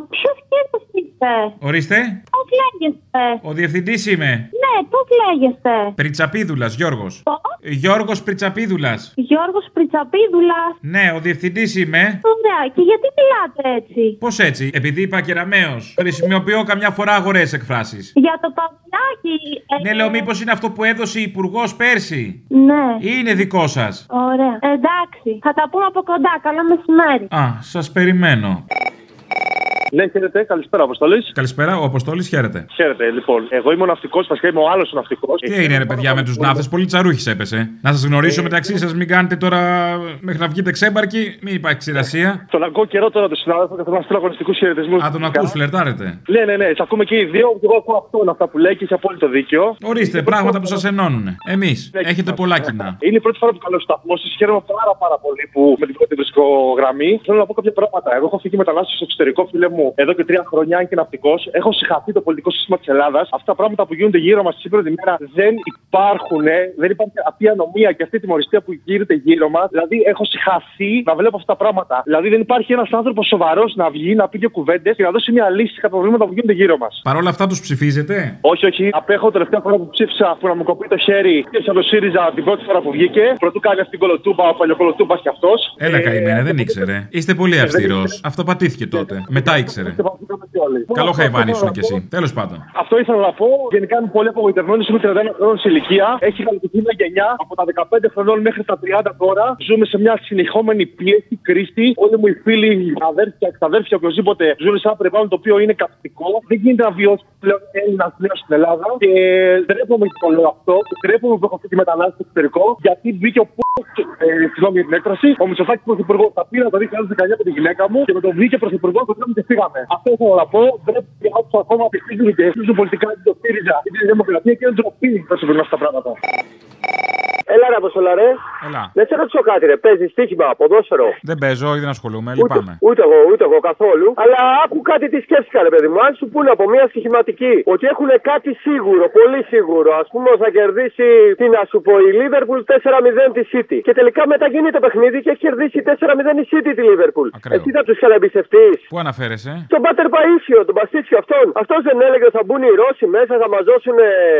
[SPEAKER 27] ποιο κέρδο είστε.
[SPEAKER 3] Ορίστε.
[SPEAKER 27] Πώς λέγεστε.
[SPEAKER 3] Ο διευθυντής είμαι.
[SPEAKER 27] Ναι, πώς λέγεστε.
[SPEAKER 3] Πριτσαπίδουλας, Γιώργος.
[SPEAKER 27] Πώς?
[SPEAKER 3] Γιώργος Πριτσαπίδουλας.
[SPEAKER 27] Γιώργος Πριτσαπίδουλας.
[SPEAKER 3] Ναι, ο διευθυντής είμαι.
[SPEAKER 27] Ωραία, και γιατί μιλάτε έτσι.
[SPEAKER 3] Πώς έτσι, επειδή είπα κεραμαίο. Χρησιμοποιώ καμιά φορά αγορές εκφράσεις.
[SPEAKER 27] Για το παπουλάκι. ε,
[SPEAKER 3] Ναι, λέω, μήπως είναι αυτό που έδωσε η υπουργός πέρσι.
[SPEAKER 27] Ναι.
[SPEAKER 3] Ή είναι δικό σας.
[SPEAKER 27] Ωραία. Εντάξει. Θα τα πούμε από κοντά. Καλό μεσημέρι.
[SPEAKER 3] Α, σας περιμένω.
[SPEAKER 28] Ναι, χαίρετε, καλησπέρα, Αποστολή.
[SPEAKER 3] Καλησπέρα, ο Αποστόλης χαίρεται.
[SPEAKER 28] Χαίρετε, λοιπόν. Εγώ είμαι ναυτικός, βασικά είμαι ο Ε, άλλο ναυτικός.
[SPEAKER 3] Τι έγινε, ρε παιδιά, με τους ναύτε, πολύ τσαρούχη έπεσε. Να σας
[SPEAKER 28] Ε,
[SPEAKER 3] γνωρίσω μεταξύ σας, μην κάνετε τώρα μέχρι να βγείτε ξέμπαρκοι, μην υπάρχει ξηρασία.
[SPEAKER 28] Τον ακούω καιρό τώρα του συνάδελφου και θέλω να στείλω αγωνιστικού χαιρετισμούς.
[SPEAKER 3] Α, τον ακούς, φλερτάρετε.
[SPEAKER 28] Ναι, ναι, ναι, σε ακούμε και οι δύο. και Εγώ ακούω αυτόν αυτά που λέει και έχει απόλυτο δίκιο. Λοιπόν,
[SPEAKER 3] Ορίστε, πράγματα που σα ενώνουν. Εμεί έχετε πολλά κοινά.
[SPEAKER 28] Είναι η πρώτη φορά που καλώ σταθμό σας. Χαίρομαι πάρα, πάρα πολύ που με την πρώτη βρίσκω γραμμή. Θέλω να πω κάποια πράγματα. Εγώ έχω φύγει μετανάστε στο εξωτερικό, φίλε μου, εδώ και τρία χρόνια, αν και ναυτικός. Έχω συγχαθεί το πολιτικό σύστημα της Ελλάδας. Αυτά τα πράγματα που γίνονται γύρω μας σήμερα τη μέρα δεν υπάρχουν. Δεν υπάρχει αυτή η ανομία και αυτή η τιμωριστία που γίνεται γύρω μας. Δηλαδή, έχω συγχαθεί να βλέπω αυτά τα πράγματα. Δηλαδή, δεν υπάρχει ένας άνθρωπος σοβαρός να βγει, να πει δύο κουβέντες και να δώσει μια λύση στα προβλήματα που γίνονται γύρω μας.
[SPEAKER 3] Παρ' όλα αυτά τους ψηφίζετε.
[SPEAKER 28] Όχι, όχι. Απέχω τελευταία φορά που ψήφισα που να μου κοπεί το χέρι. Και σαν το ΣΥΡΙΖΑ την πρώτη φορά που βγήκε. Πρωτού κάνει αυτήν την κολοτούμπα, ο παλιοκολοτούμπας κι αυτός.
[SPEAKER 3] Έλα καημένα, δεν ήξερε. Είστε πολύ
[SPEAKER 28] δεν
[SPEAKER 3] αυστηρό. Αυτό πατήθηκε τότε. Μετά ήξερε. Καλό χαϊβάνι ήσουν κι εσύ. Τέλος πάντων.
[SPEAKER 28] Αυτό ήθελα να πω. Γενικά είμαι πολύ απογοητευμένος. Είμαι 31 χρόνων σε ηλικία. Έχει γαλακτηθεί μια γενιά από τα 15 χρονών μέχρι τα 30 τώρα. Ζούμε σε μια συνεχόμενη πίεση, κρίση. Όλοι μου οι φίλοι, οι αδέρφια, εξαδέρφια, οποιοδήποτε ζουν σε ένα περιβάλλον το οποίο είναι καυτικό. Δεν γίνεται να βιώσει πλέον Έλληνας πλέον στην Ελλάδα. Και ντρέπομαι που το λέω αυτό. Ντρέπομαι που έχω αυτή τη μετανάστευση στο εξωτερικό. Γιατί μπήκε ο π. Ε, συγγνώμη για την έκφραση. Ο Μητσοφάκη Πρωθυπουργός τα πήρα το 2019 με τη γυναίκα μου και με τον βγήκε Πρωθυπουργό το πήραμε και φύγαμε. Αυτό ήθελα να πω. Ντρέπομαι για όσου ακόμα ψηφίζουν και ψηφίζουν πολιτικά την ΣΥΡΙΖΑ ή την Δημοκρατία και δεν ντροπή θα συμβαίνουν αυτά τα πράγματα.
[SPEAKER 29] Έλα ρε Αποστολά, ρε.
[SPEAKER 3] Έλα.
[SPEAKER 29] Να σε ρωτήσω κάτι, ρε. Παίζεις τύχημα, ποδόσφαιρο.
[SPEAKER 3] Δεν παίζω, όχι δεν ασχολούμαι, Ε, λυπάμαι.
[SPEAKER 29] Ούτε εγώ, ούτε εγώ καθόλου. Αλλά άκου κάτι τι σκέφτηκα, ρε παιδί μου. Αν σου πούνε από μια στοιχηματική ότι έχουν κάτι σίγουρο, πολύ σίγουρο. Ας πούμε ότι θα κερδίσει, τι να σου πω, η Λίβερπουλ 4-0 τη City. Και τελικά μετά γίνει το παιχνίδι και έχει κερδίσει 4-0 η City τη Λίβερπουλ.
[SPEAKER 3] Ακραίο.
[SPEAKER 29] Εσύ θα τους καταμπιστευτεί.
[SPEAKER 3] Πού αναφέρεσαι,
[SPEAKER 29] Τον Πάτερ Παΐσιο, τον Παστίτσιο αυτόν. Αυτός δεν έλεγε ότι θα μπουν οι Ρώσοι μέσα, θα μαζώσουν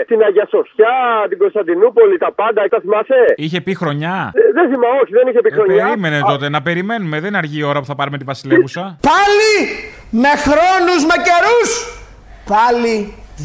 [SPEAKER 29] την Αγία Σοφιά, την Κωνσταντινούπολη, τα πάντα. Τα θυμάσαι.
[SPEAKER 3] Είχε πει χρονιά.
[SPEAKER 29] Ε, Δεν θυμάμαι, όχι, δεν είχε πει
[SPEAKER 3] Ε,
[SPEAKER 29] χρονιά.
[SPEAKER 3] περίμενε τότε, να περιμένουμε. Δεν αργεί η ώρα που θα πάρουμε τη Βασιλεύουσα.
[SPEAKER 5] Πάλι με χρόνους, με καιρούς. Πάλι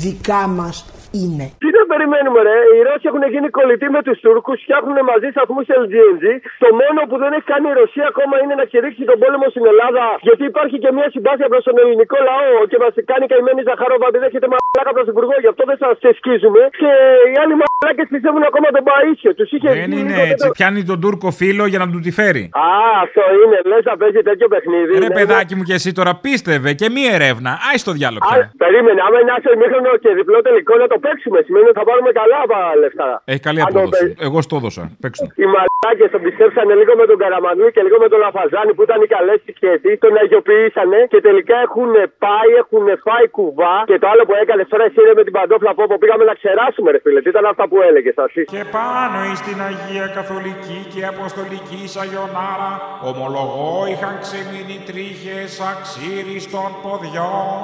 [SPEAKER 5] δικά μας είναι.
[SPEAKER 29] Τι δεν περιμένουμε, ρε. Οι Ρώσοι έχουν γίνει κολλητοί με τους Τούρκους, φτιάχνουν μαζί σταθμούς LGNG. Το μόνο που δεν έχει κάνει η Ρωσία ακόμα είναι να κηρύξει τον πόλεμο στην Ελλάδα. Γιατί υπάρχει και μια συμπάθεια προς τον ελληνικό λαό και μας κάνει καημένη Ζαχαρόβα, επειδή έχετε μαλάκα πρωθυπουργό, γι' αυτό δεν σας σκίζουμε. Και οι άλλοι μαλάκες πιστεύουν ακόμα τον Παίσιο. Τους είχε
[SPEAKER 3] Δεν
[SPEAKER 29] βγει
[SPEAKER 3] είναι
[SPEAKER 29] λίγο
[SPEAKER 3] έτσι.
[SPEAKER 29] τέτοιο-
[SPEAKER 3] Πιάνει τον Τούρκο φίλο για να του τη φέρει.
[SPEAKER 29] Α, αυτό είναι. Λες να παίζει τέτοιο παιχνίδι.
[SPEAKER 3] Ρε
[SPEAKER 29] Ναι,
[SPEAKER 3] παιδάκι μου και εσύ τώρα πίστευε και μία ερεύνα. Άι στο διάλογο.
[SPEAKER 29] Α, περίμενε, άμα είναι άσο ημίχρονο και διπλό τελικό να το παίξουμε. Σημαίνει ότι θα πάρουμε καλά πα- λεφτά.
[SPEAKER 3] Έχει καλή
[SPEAKER 29] Αν το
[SPEAKER 3] απόδοση.
[SPEAKER 29] παί-
[SPEAKER 3] Εγώ στο έδωσα. Παίξτε.
[SPEAKER 29] Οι μαλάκες τον πιστέψανε λίγο με τον Καραμανλή και λίγο με τον Λαφαζάνη που ήταν οι καλές σχέδι. Τον αγιοποιήσανε και τελικά έχουν πάει, έχουν φάει κουβά. Και το άλλο που έκανες τώρα εσύ ρε, με την παντόφλα που πήγαμε να ξεράσουμε, ρε φίλε. Τι ήταν αυτά που έλεγες, εσύ.
[SPEAKER 3] Και πάνω εις την Αγία Καθολική και Αποστολική Σαγιονάρα ομολογώ είχαν ξεμείνει τρίχες αξίριστων ποδιών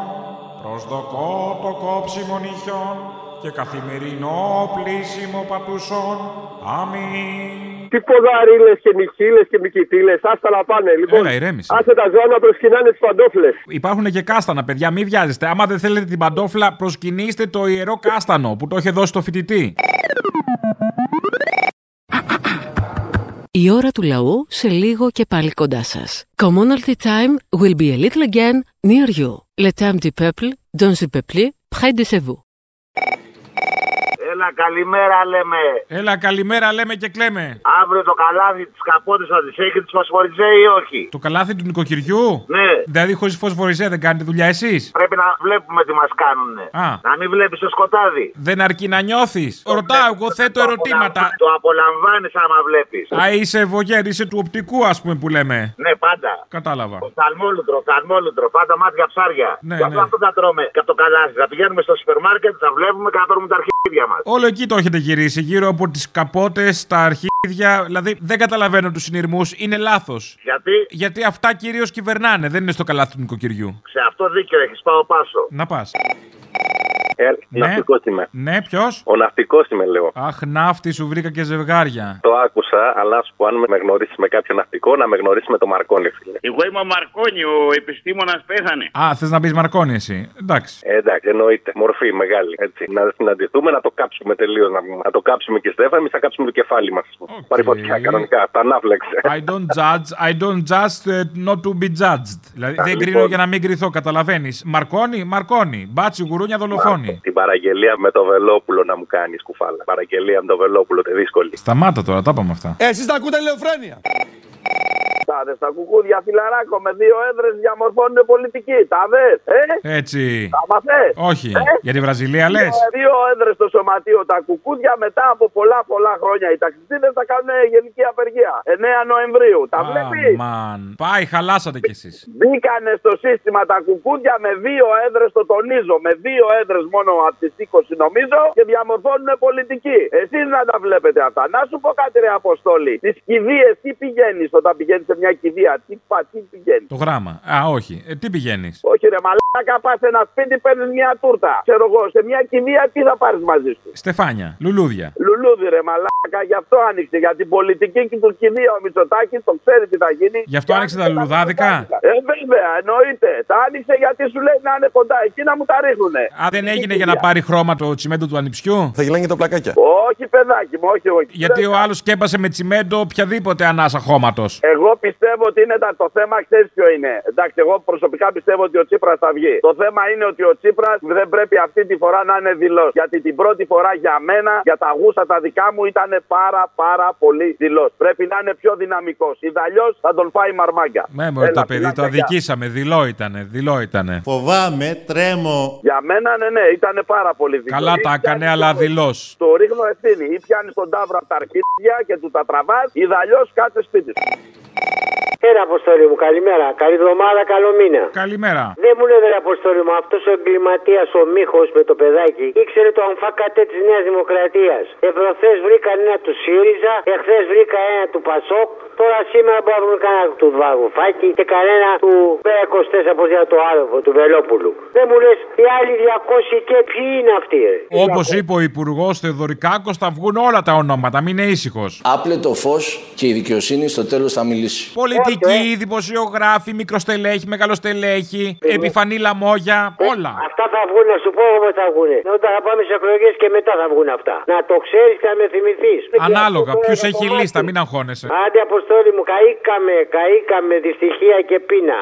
[SPEAKER 3] προσδοκώ το κόψιμο νυχιών και καθημερινό πλήσιμο πατουσών. Αμήν.
[SPEAKER 29] Τι ποδαρίλες και νυχίλε και μικητήλες, άστα να πάνε. Λοιπόν,
[SPEAKER 3] Έλα, ηρέμησε.
[SPEAKER 29] άσε τα ζώα να προσκυνάνε τις παντόφλες.
[SPEAKER 3] Υπάρχουν και κάστανα, παιδιά, μην βιάζεστε. Άμα δεν θέλετε την παντόφλα, προσκυνήστε το ιερό κάστανο που το είχε δώσει το φοιτητή.
[SPEAKER 1] Η ώρα του λαού σε λίγο και πάλι κοντά σας. Commonalty time will be a little again near you. Le temps du peuple, dans le peuple, près de chez vous.
[SPEAKER 11] Έλα, καλημέρα λέμε.
[SPEAKER 3] Έλα, καλημέρα λέμε και κλαίμε.
[SPEAKER 11] Αύριο το καλάθι της καπότη θα της έχει, τη φωσφοριζέ ή όχι.
[SPEAKER 3] Το καλάθι του νοικοκυριού.
[SPEAKER 11] Ναι.
[SPEAKER 3] Δηλαδή, χωρίς φωσφοριζέ δεν κάνετε δουλειά εσείς.
[SPEAKER 11] Πρέπει να βλέπουμε τι μας κάνουν.
[SPEAKER 3] Α.
[SPEAKER 11] Να μην βλέπεις το σκοτάδι.
[SPEAKER 3] Δεν αρκεί να νιώθεις. Ρωτάω, εγώ θέτω ερωτήματα.
[SPEAKER 11] Το απολαμβάνεις άμα βλέπεις.
[SPEAKER 3] Α, είσαι βογέρ, είσαι του οπτικού, ας πούμε που λέμε.
[SPEAKER 11] Ναι, πάντα.
[SPEAKER 3] Κατάλαβα.
[SPEAKER 11] Θαλμόλουτρο, θαλμόλουτρο, πάντα μάτια ψάρια.
[SPEAKER 3] Ναι,
[SPEAKER 11] και αυτό,
[SPEAKER 3] ναι.
[SPEAKER 11] αυτό θα τρώμε και από το καλάθι. Θα πηγαίνουμε στο σούπερ μάρκετ, θα βλέπουμε και θα παίρνουμε τα αρχίδια μας.
[SPEAKER 3] Όλο εκεί το έχετε γυρίσει, γύρω από τις καπότες, τα αρχίδια. Δηλαδή, δεν καταλαβαίνω τους συνειρμούς, είναι λάθος.
[SPEAKER 11] Γιατί
[SPEAKER 3] Γιατί αυτά κυρίως κυβερνάνε, δεν είναι στο καλάθι του νοικοκυριού.
[SPEAKER 11] σε αυτό δίκιο έχεις, πάω πάσο.
[SPEAKER 3] Να πας.
[SPEAKER 9] Ε,
[SPEAKER 3] Ναι.
[SPEAKER 9] Ναυτικός είμαι.
[SPEAKER 3] Ναι, ποιος.
[SPEAKER 9] Ο ναυτικός είμαι, λέω.
[SPEAKER 3] Αχ, ναύτη, σου βρήκα και ζευγάρια.
[SPEAKER 9] Το άκουσα, αλλά σου πω αν με γνωρίσει με κάποιο ναυτικό, να με γνωρίσει με τον Μαρκόνη. φίλε.
[SPEAKER 12] Εγώ είμαι ο Μαρκόνι, ο επιστήμονας πέθανε.
[SPEAKER 3] Α, θες να πεις Μαρκόνη εσύ. Εντάξει.
[SPEAKER 9] Ε, εντάξει, εννοείται. Μορφή μεγάλη. Έτσι. Να συναντηθούμε, να το κάψουμε τελείως. Να, να το κάψουμε και Στέφανη, εμείς θα κάψουμε το κεφάλι μας. Πάρει φωτιά κανονικά. Τα ανάφλεξε.
[SPEAKER 3] I don't judge, I don't judge uh, not to be judged. Δηλαδή
[SPEAKER 9] Α,
[SPEAKER 3] δεν
[SPEAKER 9] λοιπόν.
[SPEAKER 3] κρίνω για να μην κρυθώ, καταλαβαίνεις. Μαρκόνι, Μαρκόνι. Μπάτσι, γουρούνια, δολοφόνη.
[SPEAKER 9] Την παραγγελία με το Βελόπουλο να μου κάνεις κουφάλα. Παραγγελία με το Βελόπουλο, τη δύσκολη.
[SPEAKER 3] Σταμάτα τώρα, τα είπαμε αυτά.
[SPEAKER 18] Εσεί Ε, τα ακούτε ελεοφρένεια.
[SPEAKER 22] Τα δε στα κουκούδια, φιλαράκο, με δύο έδρες διαμορφώνουν πολιτική. Τα δες, ε!
[SPEAKER 3] Έτσι.
[SPEAKER 22] Τα μαθέ.
[SPEAKER 3] Όχι.
[SPEAKER 22] Ε?
[SPEAKER 3] Για τη Βραζιλία λες.
[SPEAKER 22] Δύο, δύο έδρες στο σωματείο. Τα κουκούδια μετά από πολλά πολλά χρόνια. Οι ταξιδίδε θα κάνουν γενική απεργία. 9 Νοεμβρίου. Τα βλέπει.
[SPEAKER 3] Αμάν. Πάει, χαλάσατε κι εσείς.
[SPEAKER 22] Μπήκανε στο σύστημα τα κουκούδια με δύο έδρες, το τονίζω. Με δύο έδρες μόνο από τις 20 νομίζω και διαμορφώνουν πολιτική. Εσείς να τα βλέπετε αυτά. Να σου πω κάτι, ρε Αποστόλη. Τις κηδείες, τι πηγαίνεις όταν πηγαίνεις σε μια κηδεία, τι, πα- τι πηγαίνεις.
[SPEAKER 3] Το γράμμα. Α, όχι. Ε, τι πηγαίνεις.
[SPEAKER 22] Όχι, ρε Μαλάκα, πας σε ένα σπίτι, παίρνεις μια τούρτα. Ξέρω εγώ, σε μια κηδεία τι θα πάρεις μαζί σου.
[SPEAKER 3] Στεφάνια, λουλούδια.
[SPEAKER 22] Λουλούδι, ρε Μαλάκα, γι' αυτό άνοιξε. Για την πολιτική και του κηδεία ο Μητσοτάκης το ξέρει τι θα γίνει.
[SPEAKER 3] Γι' αυτό άνοιξε τα λουλουδάδικα.
[SPEAKER 22] Ε, βέβαια, εννοείται. Τα άνοιξε γιατί σου λέει να είναι κοντά εκεί να μου τα ρίχνουνε.
[SPEAKER 3] Α, δεν έγινε
[SPEAKER 22] ε,
[SPEAKER 3] για να πάρει χρώμα το τσιμέντο του ανιψιού. Θα γελάνε και τα πλακάκια.
[SPEAKER 22] Όχι, παιδάκι μου, όχι, όχι.
[SPEAKER 3] Γιατί ο άλλος σκέπασε με τσιμέντο οποιαδήποτε ανάσα χώματος.
[SPEAKER 22] Εγώ πιστεύω ότι είναι τα, το θέμα, ξέρεις ποιο είναι. Εντάξει, εγώ προσωπικά πιστεύω ότι ο Τσίπρας θα βγει. Το θέμα είναι ότι ο Τσίπρας δεν πρέπει αυτή τη φορά να είναι δηλός. Γιατί την πρώτη φορά για μένα, για τα γούστα τα δικά μου, ήταν πάρα πάρα πολύ δηλός. Πρέπει να είναι πιο δυναμικός. Ιδαλλιώ θα τον φάει μαρμάγκα.
[SPEAKER 3] Ναι, μωρέ,
[SPEAKER 22] Έλα,
[SPEAKER 3] το παιδί, το
[SPEAKER 22] φιλάκια.
[SPEAKER 3] αδικήσαμε. Δειλό ήτανε, δειλό ήτανε.
[SPEAKER 10] Φοβάμαι, τρέμω.
[SPEAKER 22] Για μένα, ναι, ναι, ήταν πάρα πολύ δειλό.
[SPEAKER 3] Καλά τα έκανε, αλλά δειλό.
[SPEAKER 22] Το ρίχνω ευθύνη. Ή πιάνεις τον τάβρα από τα αρχίδια και του τα τραβάς, ή δαλλιώ κάτσε σπίτι σου.
[SPEAKER 13] Έλα, Αποστόλη μου, καλημέρα. Καλή εβδομάδα, καλό μήνα.
[SPEAKER 3] Καλημέρα.
[SPEAKER 13] Δεν μου λέει, ρε Αποστόλη μου, αυτός ο εγκληματίας ο Μίχος με το παιδάκι ήξερε το αμφάκατε της Νέας Δημοκρατίας. Επροχθέ βρήκα ένα του ΣΥΡΙΖΑ, εχθές βρήκα ένα του ΠΑΣΟΚ. Τώρα σήμερα μπορούν να βρουν κανένα του Βαγουφάκη και κανένα του ΠΕ24 από το άδελφο του Βελόπουλου. Δεν μου λες, οι άλλοι 200 και ποιοι είναι αυτοί, ρε.
[SPEAKER 3] Όπως είπε ο υπουργός Θεοδωρικάκος, θα βγουν όλα τα ονόματα. Μην είναι ήσυχος.
[SPEAKER 15] Άπλε το φως και η δικαιοσύνη στο τέλος θα μιλήσει.
[SPEAKER 3] Πολιτικοί,
[SPEAKER 22] ε.
[SPEAKER 3] δημοσιογράφοι, μικροστελέχοι, μεγαλοστελέχοι, επιφανή λαμόγια, όλα.
[SPEAKER 13] Αυτά θα βγουν, να σου πω όμω θα βγουν. Όταν θα πάμε σε εκλογές και μετά θα βγουν αυτά. Να το ξέρεις και να με θυμηθείς.
[SPEAKER 3] Ανάλογα, ποιο έχει λίστα, μην αγχώνεσαι.
[SPEAKER 13] Άντε, Αποστόλη μου, καήκαμε, καήκαμε δυστυχία και πείνα.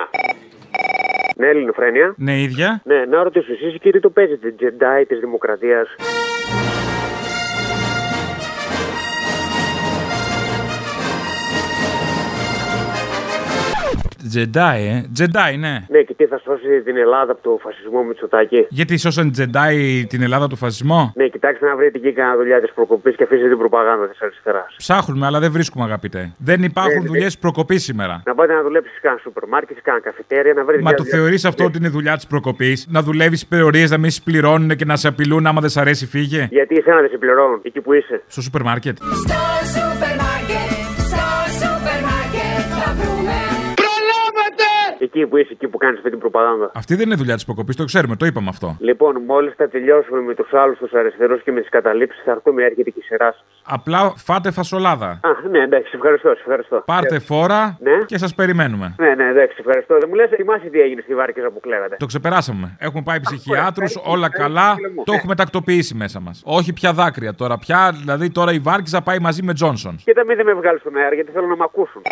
[SPEAKER 16] Ναι, Ελληνοφρένια.
[SPEAKER 3] Ναι, ίδια.
[SPEAKER 16] Ναι, να ρωτήσω εσείς και τι το παίζετε, Τζεντάι της Δημοκρατίας.
[SPEAKER 3] Τζεντάι, ε. Τζεντάι, ναι.
[SPEAKER 16] Ναι, και τι θα σώσει την Ελλάδα από το φασισμό Μητσοτάκη.
[SPEAKER 3] Γιατί σώσαν Τζεντάι την Ελλάδα του φασισμό.
[SPEAKER 16] Ναι, κοιτάξτε να βρείτε εκεί κανένα δουλειά της προκοπής και αφήστε την προπαγάνδα της αριστεράς.
[SPEAKER 3] Ψάχνουμε, αλλά δεν βρίσκουμε, αγαπητέ. Δεν υπάρχουν
[SPEAKER 22] Ε,
[SPEAKER 16] ναι.
[SPEAKER 3] δουλειές προκοπής σήμερα.
[SPEAKER 16] Να πάτε να δουλέψει σε κανένα σούπερ μάρκετ, σε κανένα καφετέρια, να βρείτε.
[SPEAKER 3] Μα
[SPEAKER 16] μια
[SPEAKER 3] το
[SPEAKER 16] δουλειά.
[SPEAKER 3] θεωρείς αυτό ότι είναι δουλειά της προκοπής, να δουλεύεις υπερορίε, να μην σε πληρώνουν και να σε απειλούν άμα δεν σ' αρέσει, φύγε.
[SPEAKER 16] Γιατί εσένα δεν σε πληρώνουν, εκεί που είσαι.
[SPEAKER 3] Στο σούπερ μάρκετ.
[SPEAKER 30] Στο σούπερ μάρκετ, στο σούπερ μάρκετ θα βρούμε. Προλάβατε!
[SPEAKER 16] Εκεί που είσαι, εκεί που κάνεις αυτή την προπαγάνδα.
[SPEAKER 3] Αυτή δεν είναι δουλειά της προκοπής, το ξέρουμε, το είπαμε αυτό.
[SPEAKER 16] Λοιπόν, μόλις θα τελειώσουμε με τους άλλους τους αριστερούς και με τις καταλήψεις, θα έρθουμε, έρχεται και η σειρά σας.
[SPEAKER 3] Απλά φάτε φασολάδα.
[SPEAKER 16] Α, ναι, εντάξει, σε ευχαριστώ, σε ευχαριστώ.
[SPEAKER 3] Πάρτε φόρα
[SPEAKER 16] Ναι.
[SPEAKER 3] και σας περιμένουμε.
[SPEAKER 16] Ναι, ναι, εντάξει, ευχαριστώ. Δεν μου λες, θυμάσαι τι έγινε στη Βάρκεζα που κλαίγατε.
[SPEAKER 3] Το ξεπεράσαμε. Έχουμε πάει ψυχιάτρου, όλα καλά. Το έχουμε τακτοποιήσει μέσα μας. Όχι πια δάκρυα τώρα πια, δηλαδή τώρα η Βάρκηζα πάει μαζί με Τζόνσον.
[SPEAKER 16] Κοίτα, μην δεν με βγάλεις στον αέρα, γιατί θέλω να με ακούσουν.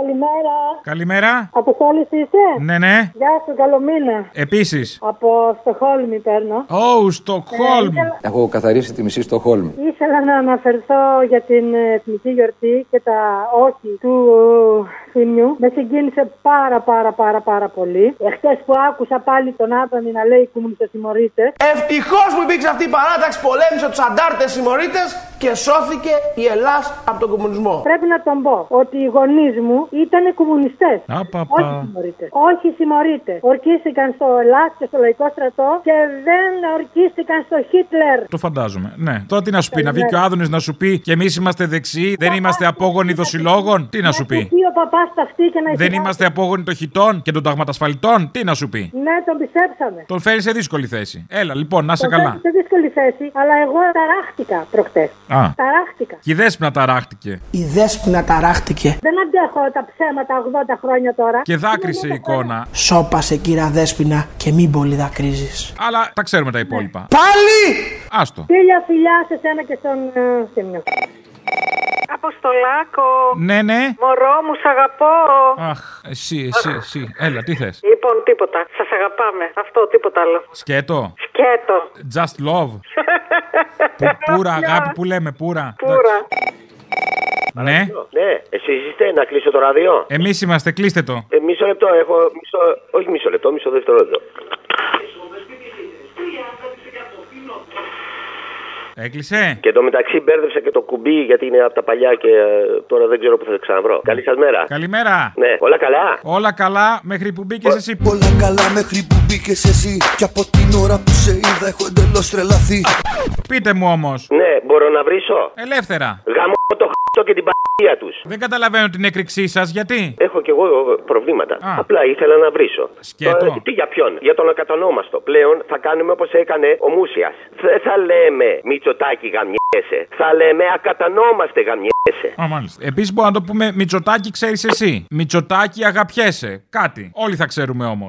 [SPEAKER 31] Καλημέρα.
[SPEAKER 3] Καλημέρα.
[SPEAKER 31] Αποστόλη είσαι.
[SPEAKER 3] Ναι, ναι.
[SPEAKER 31] Γεια σου, καλό μήνα.
[SPEAKER 3] Επίσης.
[SPEAKER 31] Από Στοχόλμη παίρνω.
[SPEAKER 3] Ω, Στοκχόλμη.
[SPEAKER 31] Ε, ήθελα-
[SPEAKER 15] Έχω καθαρίσει τη μισή στο Χόλμη.
[SPEAKER 31] Ήθελα να αναφερθώ για την ε, εθνική γιορτή και τα όχι του θύμιου. Με συγκίνησε πάρα πάρα πάρα πάρα πολύ. Εχθές που άκουσα πάλι τον Άδωνη να λέει κομμουνιστές τιμωρείτε.
[SPEAKER 5] Ευτυχώς που υπήρξε αυτή η παράταξη, πολέμησε τους αντάρτες συμμορήτε και σώθηκε η Ελλάδα από τον κομμουνισμό.
[SPEAKER 31] Πρέπει να τον πω ότι οι γονείς μου ήταν κομμουνιστές. Όχι
[SPEAKER 3] Απαπα.
[SPEAKER 31] συμμορείτε. Όχι συμμορείτε. Ορκίστηκαν στο Ελλάς και στο Λαϊκό Στρατό και δεν ορκίστηκαν στο Χίτλερ.
[SPEAKER 3] Το φαντάζομαι. Ναι. Τώρα τι να σου πει, να βγει και ο Άδωνης να σου πει και εμείς είμαστε δεξιοί, δεν είμαστε απόγονοι δοσιλόγων. Τι να σου πει.
[SPEAKER 31] Πει ο παπάς στα αυτή και να
[SPEAKER 3] Δεν
[SPEAKER 31] ησυχάσει.
[SPEAKER 3] είμαστε απόγονοι των χιτών και των ταγματασφαλιτών. Τι να σου πει.
[SPEAKER 31] Ναι, τον πιστέψαμε.
[SPEAKER 3] Τον φέρει σε δύσκολη θέση. Έλα, λοιπόν, να είσαι
[SPEAKER 31] Τον
[SPEAKER 3] καλά.
[SPEAKER 31] θέτω σε δύσκολη θέση, αλλά εγώ ταράχτηκα προχτές.
[SPEAKER 3] Α.
[SPEAKER 31] Ταράχτηκα.
[SPEAKER 3] Και η δέσπινα ταράχτηκε.
[SPEAKER 19] Η δέσποινα ταράχτηκε.
[SPEAKER 31] Δεν αντέχω τα ψέματα 80 χρόνια τώρα.
[SPEAKER 3] Και δάκρυσε η εικόνα.
[SPEAKER 19] Σώπασε κύρα δέσποινα και μην πολύ δακρύζεις.
[SPEAKER 3] Αλλά τα ξέρουμε τα υπόλοιπα.
[SPEAKER 19] Ναι. Πάλι!
[SPEAKER 3] Άστο.
[SPEAKER 31] Χίλια φιλιά σε σένα και στον ε, Θήμιο.
[SPEAKER 32] Αποστολάκο.
[SPEAKER 3] Ναι, ναι.
[SPEAKER 32] Μωρό μου, σ' αγαπώ.
[SPEAKER 3] Αχ, εσύ, εσύ, εσύ. Έλα, τι θες.
[SPEAKER 32] Λοιπόν, τίποτα. Σας αγαπάμε. Αυτό, τίποτα άλλο.
[SPEAKER 3] Σκέτο.
[SPEAKER 32] Σκέτο.
[SPEAKER 3] Just love. Που- πούρα, αγάπη που λέμε, πούρα.
[SPEAKER 32] Πούρα.
[SPEAKER 3] Ναι.
[SPEAKER 14] Ναι, εσεί είστε να κλείσω το ράδιο.
[SPEAKER 3] Εμείς είμαστε, κλείστε το.
[SPEAKER 14] Ε, μισό λεπτό, έχω. Μισό, όχι μισό λεπτό, μισό δευτερόλεπτο.
[SPEAKER 3] Έκλεισε.
[SPEAKER 14] Και το μεταξύ μπέρδεψα και το κουμπί γιατί είναι από τα παλιά και ε, τώρα δεν ξέρω που θα ξαναβρω. Καλή σας μέρα.
[SPEAKER 3] Καλημέρα.
[SPEAKER 14] Ναι, όλα καλά.
[SPEAKER 3] Όλα καλά μέχρι που μπήκες εσύ.
[SPEAKER 5] Όλα καλά μέχρι που μπήκες εσύ. Και από την ώρα που σε είδα έχω εντελώς τρελαθεί.
[SPEAKER 3] Πείτε μου όμως.
[SPEAKER 14] Ναι, μπορώ να βρίσω.
[SPEAKER 3] Ελεύθερα.
[SPEAKER 14] Γαμώ το χτό και την παγία τους.
[SPEAKER 3] Δεν καταλαβαίνω την έκρηξή σας γιατί.
[SPEAKER 14] Έχω κι εγώ ε, προβλήματα. Απλά ήθελα να βρίσω.
[SPEAKER 3] Σκέτο.
[SPEAKER 14] Τώρα, τι για ποιον, για τον ακατανόμαστο. Πλέον θα κάνουμε όπως έκανε ο Μούσιας. Δεν θα λέμε Μητσοτάκι γαμιέσαι. Θα λέμε ακατανόμαστε γαμιέσαι.
[SPEAKER 3] Α, μάλιστα. Επίσης μπορούμε να το πούμε Μητσοτάκι, ξέρεις εσύ. Μητσοτάκι, αγαπιέσαι. Κάτι. Όλοι θα ξέρουμε όμως.